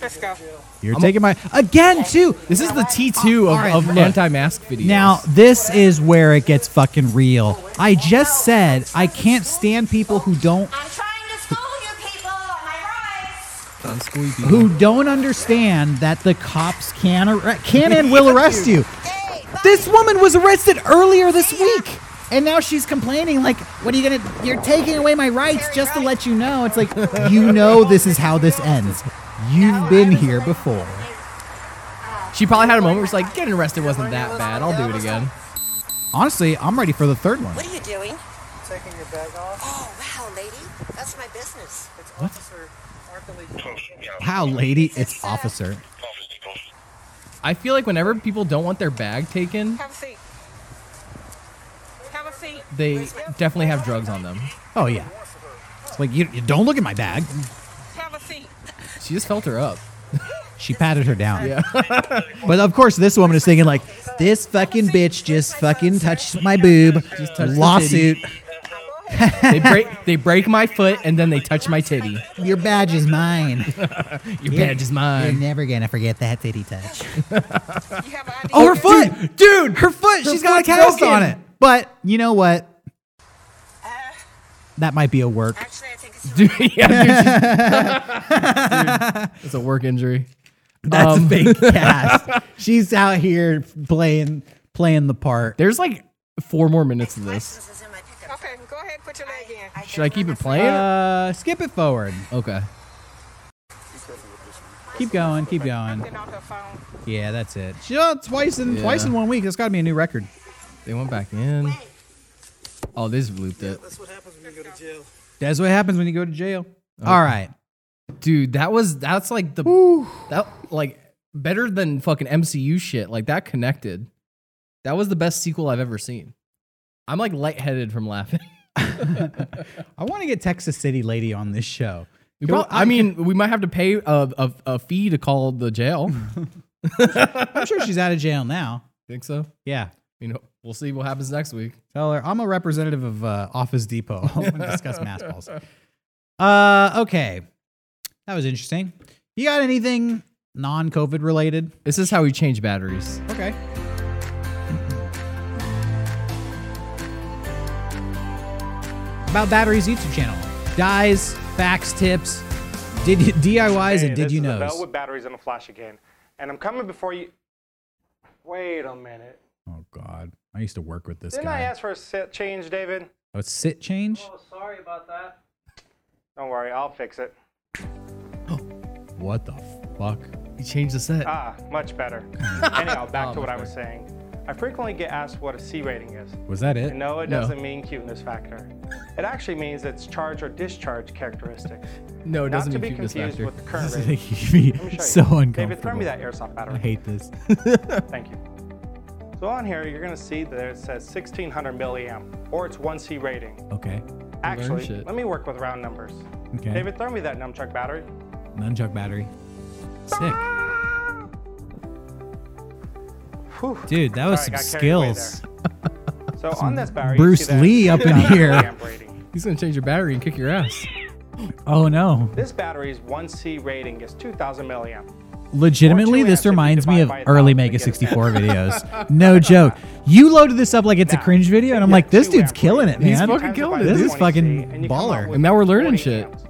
Speaker 7: Let's go.
Speaker 1: You're taking my again too.
Speaker 2: This is the T2
Speaker 1: All right,
Speaker 2: of,
Speaker 1: look.
Speaker 2: of anti-mask videos.
Speaker 1: Now, this is where it gets fucking real. I just said I can't stand people who don't
Speaker 7: I'm trying to school you people on my rights.
Speaker 1: who don't understand that the cops can arre- can and will arrest you.
Speaker 6: Hey, bye.
Speaker 1: This woman was arrested earlier this week. And now she's complaining like, "What are you going to you're taking away my rights just to let you know." It's like, "You know this is how this ends. You've been here before."
Speaker 2: she probably had a moment where she's like, getting arrested wasn't that bad. I'll do it again.
Speaker 1: Honestly, I'm ready for the third one.
Speaker 6: What are you doing?
Speaker 8: Taking your bag off.
Speaker 6: Oh, wow, lady. That's my business.
Speaker 8: It's Officer Arthur Lee.
Speaker 1: How, lady? It's officer.
Speaker 2: I feel like whenever people don't want their bag taken,
Speaker 7: Have a seat. Have a seat.
Speaker 2: they definitely have drugs on them.
Speaker 1: Oh yeah. It's like you, you don't look at my bag.
Speaker 7: Have a seat.
Speaker 2: She just felt her up.
Speaker 1: She patted her down. Yeah. but of course, this woman is <laughs> thinking like, this fucking bitch just fucking touched my boob.
Speaker 2: Just touched the
Speaker 1: Lawsuit. <laughs>
Speaker 2: They break they break my foot and then they touch my titty.
Speaker 1: Your badge is mine.
Speaker 2: Your badge is
Speaker 1: You're
Speaker 2: mine.
Speaker 1: never gonna forget that titty touch.
Speaker 7: You have an idea.
Speaker 1: Oh, her foot, dude. Her foot. She's got a
Speaker 2: foot's
Speaker 1: cast
Speaker 2: broken.
Speaker 1: on it. But you know what? That might be a work.
Speaker 7: Actually, I think it's
Speaker 2: Dude, yeah, dude, she's- dude, it's a work injury.
Speaker 1: That's
Speaker 2: Um,
Speaker 1: a fake cast. She's out here playing playing the part.
Speaker 2: There's like four more minutes of this.
Speaker 6: This is in my pickup.
Speaker 7: okay. Go ahead, put your leg in.
Speaker 2: Should I keep it playing?
Speaker 1: Uh, skip it forward.
Speaker 2: okay.
Speaker 1: Keep going. Keep going.
Speaker 7: Get on her phone.
Speaker 1: Yeah, that's it. She done it twice in twice
Speaker 2: Yeah.
Speaker 1: in one week. That's got to be a new record.
Speaker 2: They went back in. Oh, they just looped it.
Speaker 8: That's what happens when you go to jail.
Speaker 1: That's what happens when you go to jail. All right.
Speaker 2: Dude, that was that's like the that like better than fucking MCU shit. Like that connected. That was the best sequel I've ever seen. I'm like lightheaded from laughing.
Speaker 1: I want to get Texas City Lady on this show.
Speaker 2: We
Speaker 1: Can we-
Speaker 2: prob- I mean, we might have to pay a, a, a fee to call the jail.
Speaker 1: I'm sure she's out of jail now.
Speaker 2: <laughs> Think so?
Speaker 1: Yeah.
Speaker 2: You know, we'll see what happens next week.
Speaker 1: Tell her I'm a representative of uh, Office Depot. <laughs> I want to discuss mass balls. Uh, okay. That was interesting. You got anything non COVID related?
Speaker 2: This is how we change batteries.
Speaker 1: Okay. About batteries YouTube channel. Dies, facts, tips, did DIYs, and did you
Speaker 9: Bell
Speaker 1: know?
Speaker 9: with batteries and a flash again. And I'm coming before you. Wait a minute.
Speaker 1: Oh God, I used to work with this
Speaker 9: Didn't I ask for a set change, David?
Speaker 1: Oh, it's sit change.
Speaker 9: sorry about that. Don't worry, I'll fix it.
Speaker 1: What the fuck?
Speaker 2: You change the set.
Speaker 9: Ah,
Speaker 1: <laughs>
Speaker 9: much better. Anyhow, back
Speaker 1: Oh,
Speaker 9: to what I was saying. I frequently get asked what a C rating is.
Speaker 1: Was that it? <laughs>
Speaker 9: And no, it
Speaker 2: No.
Speaker 9: doesn't mean cuteness factor. It actually means its charge or discharge characteristics.
Speaker 1: Oh,
Speaker 2: no, it
Speaker 9: Not
Speaker 2: doesn't
Speaker 9: to
Speaker 2: mean
Speaker 9: be
Speaker 2: cuteness
Speaker 9: confused
Speaker 2: factor.
Speaker 9: with
Speaker 1: <laughs>
Speaker 9: the current
Speaker 1: This
Speaker 9: rating.
Speaker 1: is making
Speaker 9: Let
Speaker 1: me
Speaker 9: me show
Speaker 1: so
Speaker 9: you.
Speaker 1: uncomfortable.
Speaker 9: David, throw me that airsoft battery.
Speaker 1: I hate this.
Speaker 9: Thank you. So on here, you're gonna see that it says 1600 milliamp, or it's 1C rating.
Speaker 1: Okay.
Speaker 9: Actually,
Speaker 2: shit.
Speaker 9: let me work with round numbers.
Speaker 1: Okay.
Speaker 9: David, throw me that nunchuck battery.
Speaker 1: Oh, Nunchuck battery. Sick.
Speaker 9: Whew.
Speaker 1: Dude, that was
Speaker 9: Sorry, I
Speaker 1: some
Speaker 9: got carried away
Speaker 1: skills. <laughs>
Speaker 9: So on this battery, you
Speaker 1: Bruce
Speaker 9: see that
Speaker 1: Lee
Speaker 9: <laughs>
Speaker 1: up in
Speaker 9: 1600
Speaker 1: here.
Speaker 9: milliamp rating.
Speaker 2: He's gonna change your battery and kick your ass.
Speaker 1: Oh no.
Speaker 9: This battery's 1C rating is 2000 milliamp.
Speaker 1: Legitimately,
Speaker 9: Or two
Speaker 1: this
Speaker 9: amps if you
Speaker 1: reminds me
Speaker 9: divide
Speaker 1: of
Speaker 9: by a
Speaker 1: early
Speaker 9: thousand to
Speaker 1: Mega
Speaker 9: get a
Speaker 1: 64 videos. No joke. You loaded this up like it's a
Speaker 9: Now,
Speaker 1: cringe video, and I'm
Speaker 9: yeah,
Speaker 1: like, this
Speaker 9: two
Speaker 1: dude's
Speaker 9: amp
Speaker 1: killing it,
Speaker 9: rating.
Speaker 2: He's
Speaker 1: man.
Speaker 2: fucking
Speaker 9: Times it
Speaker 2: killing
Speaker 9: by
Speaker 2: it.
Speaker 9: the
Speaker 1: This is
Speaker 9: 20C,
Speaker 1: fucking
Speaker 9: and you come
Speaker 1: baller.
Speaker 9: up with
Speaker 2: And now we're learning
Speaker 9: 40
Speaker 2: shit.
Speaker 9: amps,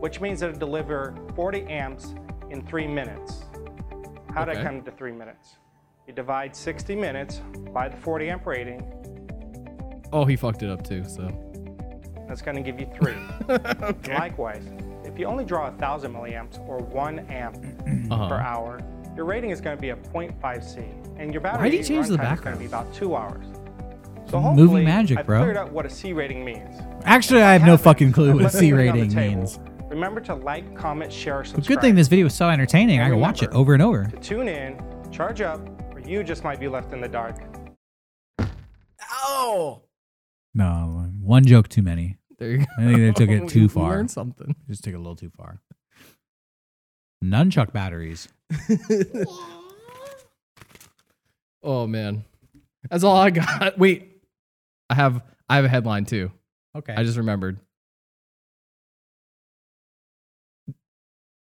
Speaker 9: which means it'll deliver 40 amps in three minutes. How did
Speaker 2: Okay.
Speaker 9: I come to three minutes? You divide 60 minutes by the 40 amp rating.
Speaker 2: Oh, he fucked it up too. So
Speaker 9: That's going to give you
Speaker 2: <laughs>
Speaker 9: three. Likewise, if you only draw 1,000 milliamps or one
Speaker 2: <clears throat>
Speaker 9: amp
Speaker 2: Uh-huh.
Speaker 9: per hour, your rating is going to be a 0.5C, and your battery
Speaker 2: Why'd he change the
Speaker 9: runtime is going
Speaker 2: background?
Speaker 9: to be about two hours. So
Speaker 1: Movie
Speaker 9: hopefully,
Speaker 1: magic,
Speaker 9: I've
Speaker 1: bro.
Speaker 9: figured out what a C rating means.
Speaker 1: Actually, I have no
Speaker 9: haven't,
Speaker 1: fucking clue
Speaker 9: I've
Speaker 1: what
Speaker 9: left
Speaker 1: C
Speaker 9: everything on the
Speaker 1: rating
Speaker 9: table.
Speaker 1: means.
Speaker 9: Remember to like, comment, share,
Speaker 1: But
Speaker 9: subscribe.
Speaker 1: good thing this video was so entertaining. I could watch it
Speaker 9: remember
Speaker 1: over and over.
Speaker 9: to tune in, charge up, or you just might be left in the dark. Oh.
Speaker 2: no.
Speaker 1: No, one joke too many.
Speaker 2: There you go.
Speaker 1: I think they took
Speaker 2: <laughs>
Speaker 1: it
Speaker 2: We
Speaker 1: too far.
Speaker 2: Learned something.
Speaker 1: Just took it a little too far. Nunchuck batteries.
Speaker 2: Oh man, that's all I got. <laughs> Wait, I have I have a headline too.
Speaker 1: Okay.
Speaker 2: I just remembered.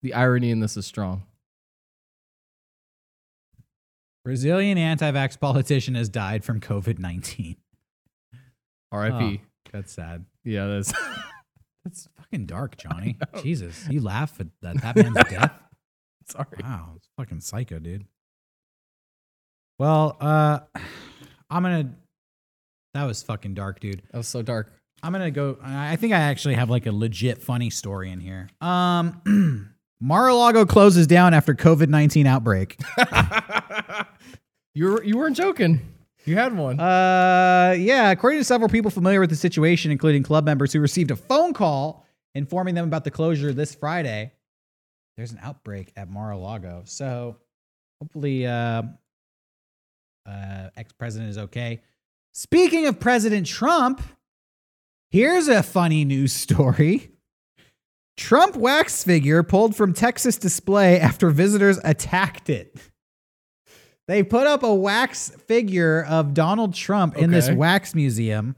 Speaker 2: The irony in this is strong.
Speaker 1: Brazilian anti-vax politician has died from COVID-19.
Speaker 2: R.I.P.
Speaker 1: That's sad.
Speaker 2: Yeah, that's
Speaker 1: That's fucking dark, Johnny. Jesus, you laugh at that, that man's death.
Speaker 2: sorry.
Speaker 1: Wow, it's fucking psycho, dude. Well, uh, <sighs> I'm gonna. That was fucking dark, dude.
Speaker 2: That was so dark.
Speaker 1: I'm gonna go. I I think I actually have like a legit funny story in here. Um, <clears throat> Mar-a-Lago closes down after COVID-19 outbreak.
Speaker 2: You were you weren't joking. You had one.
Speaker 1: Uh, yeah. According to several people familiar with the situation, including club members who received a phone call informing them about the closure this Friday, there's an outbreak at Mar-a-Lago. So hopefully, uh, uh, ex-president is okay. Speaking of President Trump, here's a funny news story. Trump wax figure pulled from Texas display after visitors attacked it. They put up a wax figure of Donald Trump in this
Speaker 2: Okay.
Speaker 1: wax museum.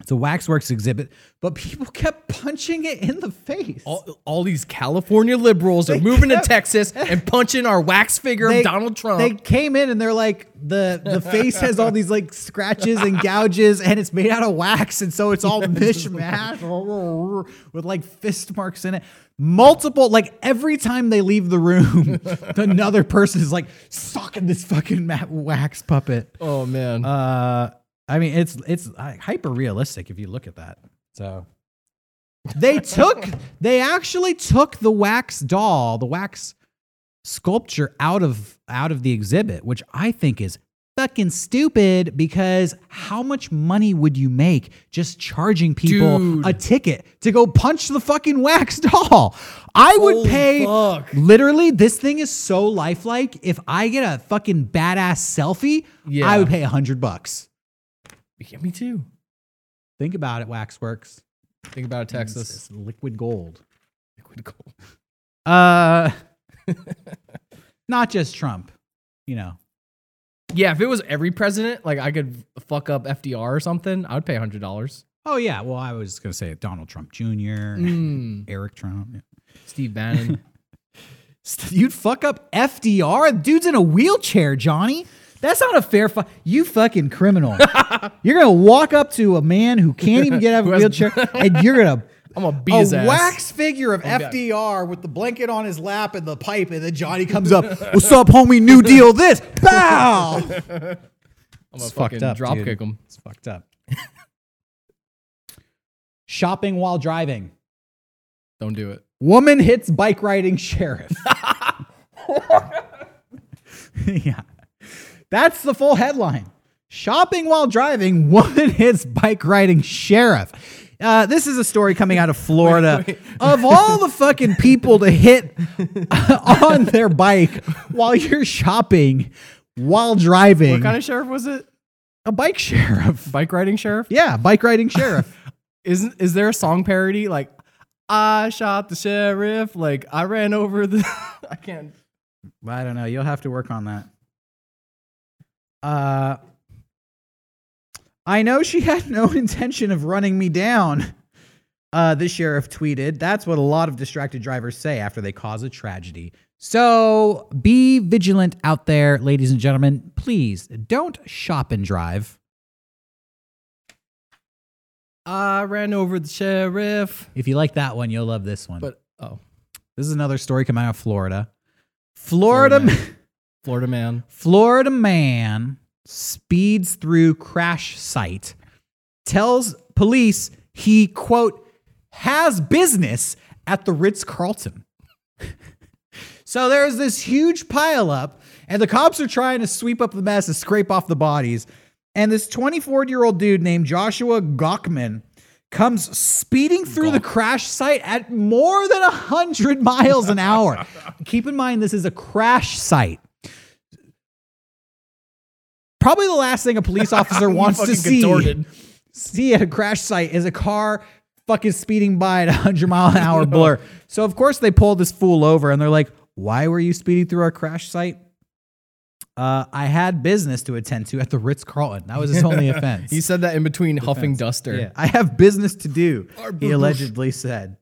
Speaker 1: It's a waxworks exhibit, but people kept <laughs> punching it in the face.
Speaker 2: all, all these California liberals are
Speaker 1: They
Speaker 2: moving
Speaker 1: kept-
Speaker 2: to Texas and punching our wax figure
Speaker 1: They-
Speaker 2: of Donald Trump.
Speaker 1: They came in and they're like the the face has all these like scratches and gouges and it's made out of wax and so it's
Speaker 2: <laughs>
Speaker 1: all mishmash with like fist marks in it. Multiple like every time they leave the room, <laughs> another person is like sucking this fucking ma- wax puppet.
Speaker 2: oh man.
Speaker 1: Uh, I mean, it's it's uh, hyper realistic if you look at that. So they
Speaker 2: <laughs>
Speaker 1: took they actually took the wax doll, the wax sculpture out of out of the exhibit, which I think is fucking stupid because how much money would you make just charging people
Speaker 2: Dude.
Speaker 1: a ticket to go punch the fucking wax <laughs> doll? I would
Speaker 2: Holy
Speaker 1: pay
Speaker 2: fuck.
Speaker 1: literally this thing is so lifelike. If I get a fucking badass selfie,
Speaker 2: Yeah.
Speaker 1: I would pay a hundred bucks.
Speaker 2: yeah, me too.
Speaker 1: Think about it, Waxworks.
Speaker 2: Think about it,
Speaker 1: It's,
Speaker 2: Texas.
Speaker 1: it's liquid gold.
Speaker 2: Liquid gold.
Speaker 1: Uh, not just Trump. You know,
Speaker 2: Yeah, if it was every president, like I could fuck up FDR or something, I would pay hundred dollars.
Speaker 1: Oh yeah. Well, I was gonna say Donald Trump Jr.,
Speaker 2: Mm,
Speaker 1: Eric Trump. yeah. <laughs>
Speaker 2: Steve Bannon.
Speaker 1: You'd fuck up FDR. Dude's in a wheelchair, Johnny. That's not a fair fight. You fucking criminal. you're gonna walk up to a man who can't even get out of
Speaker 2: Who
Speaker 1: a
Speaker 2: has-
Speaker 1: wheelchair, and you're gonna.
Speaker 2: I'm gonna beat
Speaker 1: A
Speaker 2: his ass.
Speaker 1: wax figure of FDR with the blanket on his lap and the pipe, and then Johnny comes up. What's up, homie? New deal. This bow.
Speaker 2: I'm gonna fucking drop kick him.
Speaker 1: It's fucked up. Shopping while driving.
Speaker 2: Don't do it.
Speaker 1: Woman hits bike riding
Speaker 2: <laughs>
Speaker 1: sheriff. <laughs> yeah. That's the full headline. Shopping while driving, <laughs> woman hits bike riding sheriff. Uh, this is a story coming
Speaker 2: <laughs>
Speaker 1: out of Florida. Of all the fucking people to hit <laughs> on their bike while you're shopping, while driving,
Speaker 2: What kind of sheriff was it?
Speaker 1: a bike sheriff.
Speaker 2: Bike riding sheriff?
Speaker 1: Yeah, bike riding sheriff.
Speaker 2: Isn't is there a song parody like I shot the sheriff? Like I ran over the <laughs> I can't
Speaker 1: I don't know. You'll have to work on that. Uh, I know she <laughs> had no intention of running me down. Uh, the sheriff tweeted. That's what a lot of distracted drivers say after they cause a tragedy. So be vigilant out there, ladies and gentlemen. Please don't shop and drive.
Speaker 2: I ran over the sheriff.
Speaker 1: If you like that one, you'll love this one.
Speaker 2: But oh,
Speaker 1: this is another story coming out of Florida. Florida, <laughs>
Speaker 2: Florida. Florida man.
Speaker 1: Florida man speeds through crash site, tells police he, quote, has business at the Ritz Carlton. <laughs> so there's this huge pileup, and the cops are trying to sweep up the mess and scrape off the bodies. And this 24 year old dude named Joshua Gockman comes speeding through the crash site at more than 100 miles an hour. Keep in mind, this is a crash site Probably the last thing a
Speaker 2: <laughs>
Speaker 1: police officer wants to
Speaker 2: fucking
Speaker 1: see
Speaker 2: contorted.
Speaker 1: see at a crash site is a car fucking speeding by at 100 mile an
Speaker 2: <laughs>
Speaker 1: hour blur. So of course they pull this fool over and they're like, "Why were you speeding through our crash site?" Uh, I had business to attend to at the Ritz Carlton. That was his
Speaker 2: <laughs>
Speaker 1: only offense.
Speaker 2: He said that in between huffing duster.
Speaker 1: Yeah, I have business to do. He allegedly said,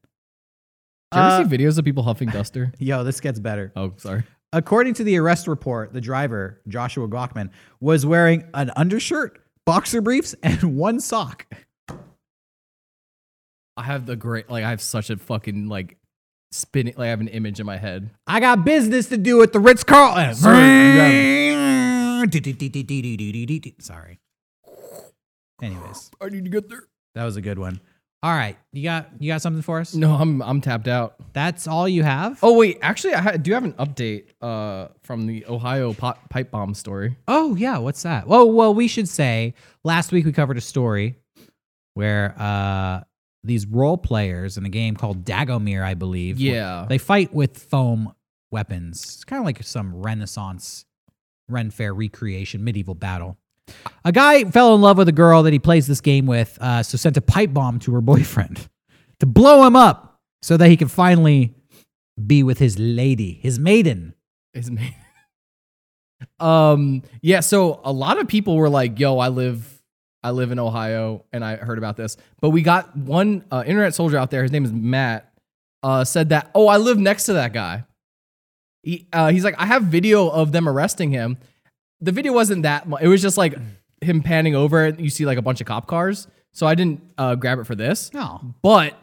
Speaker 2: Do you ever see videos of people huffing <laughs> duster?
Speaker 1: "Yo, this gets better."
Speaker 2: Oh, sorry.
Speaker 1: According to the arrest report, the driver, Joshua Glockman, was wearing an undershirt, boxer briefs, and one sock.
Speaker 2: I have the great, like, I have such a fucking, like, spinning, like, I have an image in my head.
Speaker 1: I got business to do at the Ritz Carlton. Sorry. Anyways,
Speaker 2: I need to get there.
Speaker 1: that was a good one. All right, you got you got something for us?
Speaker 2: No, I'm I'm tapped out.
Speaker 1: That's all you have?
Speaker 2: Oh wait, actually, I ha- do have an update uh, from the Ohio pot- pipe bomb story.
Speaker 1: Oh yeah, what's that? Well, well, we should say last week we covered a story where uh these role players in a game called Dagomir, I believe.
Speaker 2: Yeah.
Speaker 1: They fight with foam weapons. It's kind of like some Renaissance Ren Fair recreation, medieval battle. A guy fell in love with a girl that he plays this game with, uh, so sent a pipe bomb to her <laughs> boyfriend to blow him up so that he could finally be with his lady, his maiden.
Speaker 2: Is me. um. Yeah. So a lot of people were like, "Yo, I live, I live in Ohio, and I heard about this." But we got one uh, internet soldier out there. His name is Matt. Uh, said that, "Oh, I live next to that guy." He, uh, he's like, "I have video of them arresting him." The video wasn't that. Mu- it was just like him panning over, and you see like a bunch of cop cars. So I didn't uh, grab it for this.
Speaker 1: No.
Speaker 2: but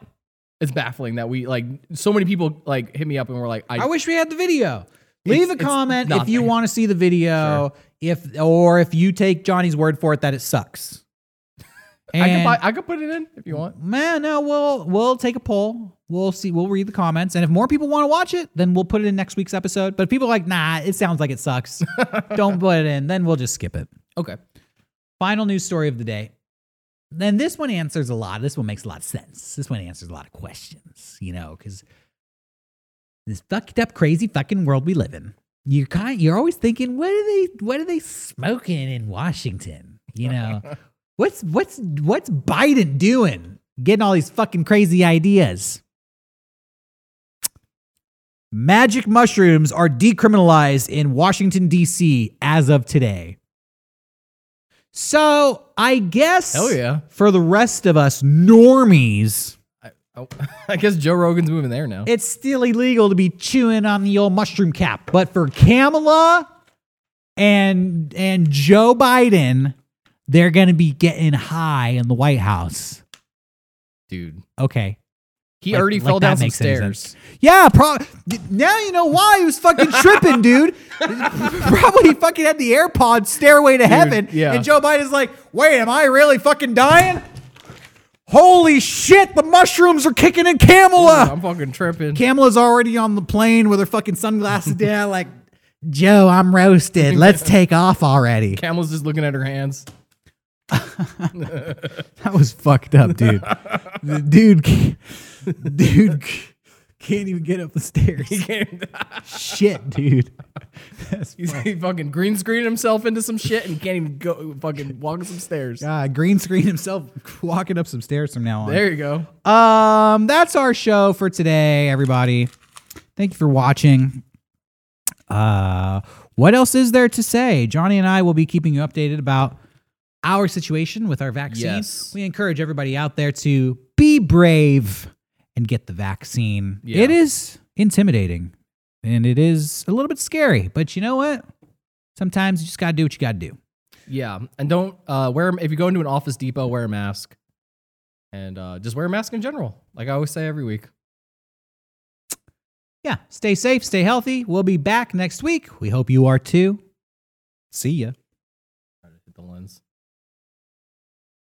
Speaker 2: it's baffling that we like so many people like hit me up and were like, I,
Speaker 1: I wish we had the video. Leave
Speaker 2: It's-
Speaker 1: a
Speaker 2: it's
Speaker 1: comment if
Speaker 2: not
Speaker 1: you
Speaker 2: there.
Speaker 1: want to see the video, if or if you take Johnny's word for it that it sucks.
Speaker 2: <laughs> I could
Speaker 1: And-
Speaker 2: buy, I could put it in if you want.
Speaker 1: Man, no, we'll we'll take a poll. We'll see. We'll read the comments, and if more people want to watch it, then we'll put it in next week's episode. But if people are like, nah, it sounds like it
Speaker 2: <laughs>
Speaker 1: sucks. Don't put it in. Then we'll just skip it.
Speaker 2: Okay.
Speaker 1: Final news story of the day. Then this one answers a lot. This one makes a lot of sense. This one answers a lot of questions. You know, because this fucked up, crazy fucking world we live in. You're kind. You're always thinking, what are they? What are they smoking in Washington? You
Speaker 2: <laughs>
Speaker 1: know, what's what's what's Biden doing? Getting all these fucking crazy ideas. Magic mushrooms are decriminalized in Washington D.C. as of today. So I guess,
Speaker 2: Hell yeah.
Speaker 1: for the rest of us normies,
Speaker 2: I, I, <laughs> I guess Joe Rogan's moving there now.
Speaker 1: it's still illegal to be chewing on the old mushroom cap. But for Kamala and and Joe Biden, they're gonna be getting high in the White House.
Speaker 2: Dude,
Speaker 1: Okay.
Speaker 2: he
Speaker 1: Like-
Speaker 2: already
Speaker 1: like
Speaker 2: fell
Speaker 1: that
Speaker 2: down some
Speaker 1: makes any
Speaker 2: stairs.
Speaker 1: Yeah, pro- now you know why he was fucking tripping, dude. <laughs> Probably fucking had the AirPod stairway to heaven.
Speaker 2: yeah.
Speaker 1: And Joe Biden's like, wait, am I really fucking dying? Holy shit, the mushrooms are kicking in Kamala.
Speaker 2: I'm fucking tripping.
Speaker 1: Kamala's already on the plane with her fucking sunglasses down, <laughs> like, Joe, I'm roasted. Let's take off already.
Speaker 2: Camel's just looking at her <laughs> hands.
Speaker 1: That was fucked up,
Speaker 2: <laughs>
Speaker 1: dude. The dude, <laughs> can't- dude can't even get up the stairs. Shit,
Speaker 2: <laughs>
Speaker 1: dude. That's
Speaker 2: He's, <laughs> he fucking green screened himself into some shit and can't even go fucking walk some
Speaker 1: <laughs>
Speaker 2: stairs.
Speaker 1: God, green screen himself walking up some stairs from now on.
Speaker 2: There you go.
Speaker 1: Um, that's our show for today, everybody. Thank you for watching. Uh, what else is there to say? Johnny and I will be keeping you updated about our situation with our vaccine.
Speaker 2: Yes.
Speaker 1: We encourage everybody out there to be brave and get the vaccine.
Speaker 2: Yeah.
Speaker 1: It is intimidating and it is a little bit scary, but you know what? Sometimes you just got to do what you got to do.
Speaker 2: Yeah. And don't uh, wear, if you go into an office depot, wear a mask. And uh, just wear a mask in general, like I always say every week.
Speaker 1: Yeah, stay safe, stay healthy. We'll be back next week. We hope you are too. See ya.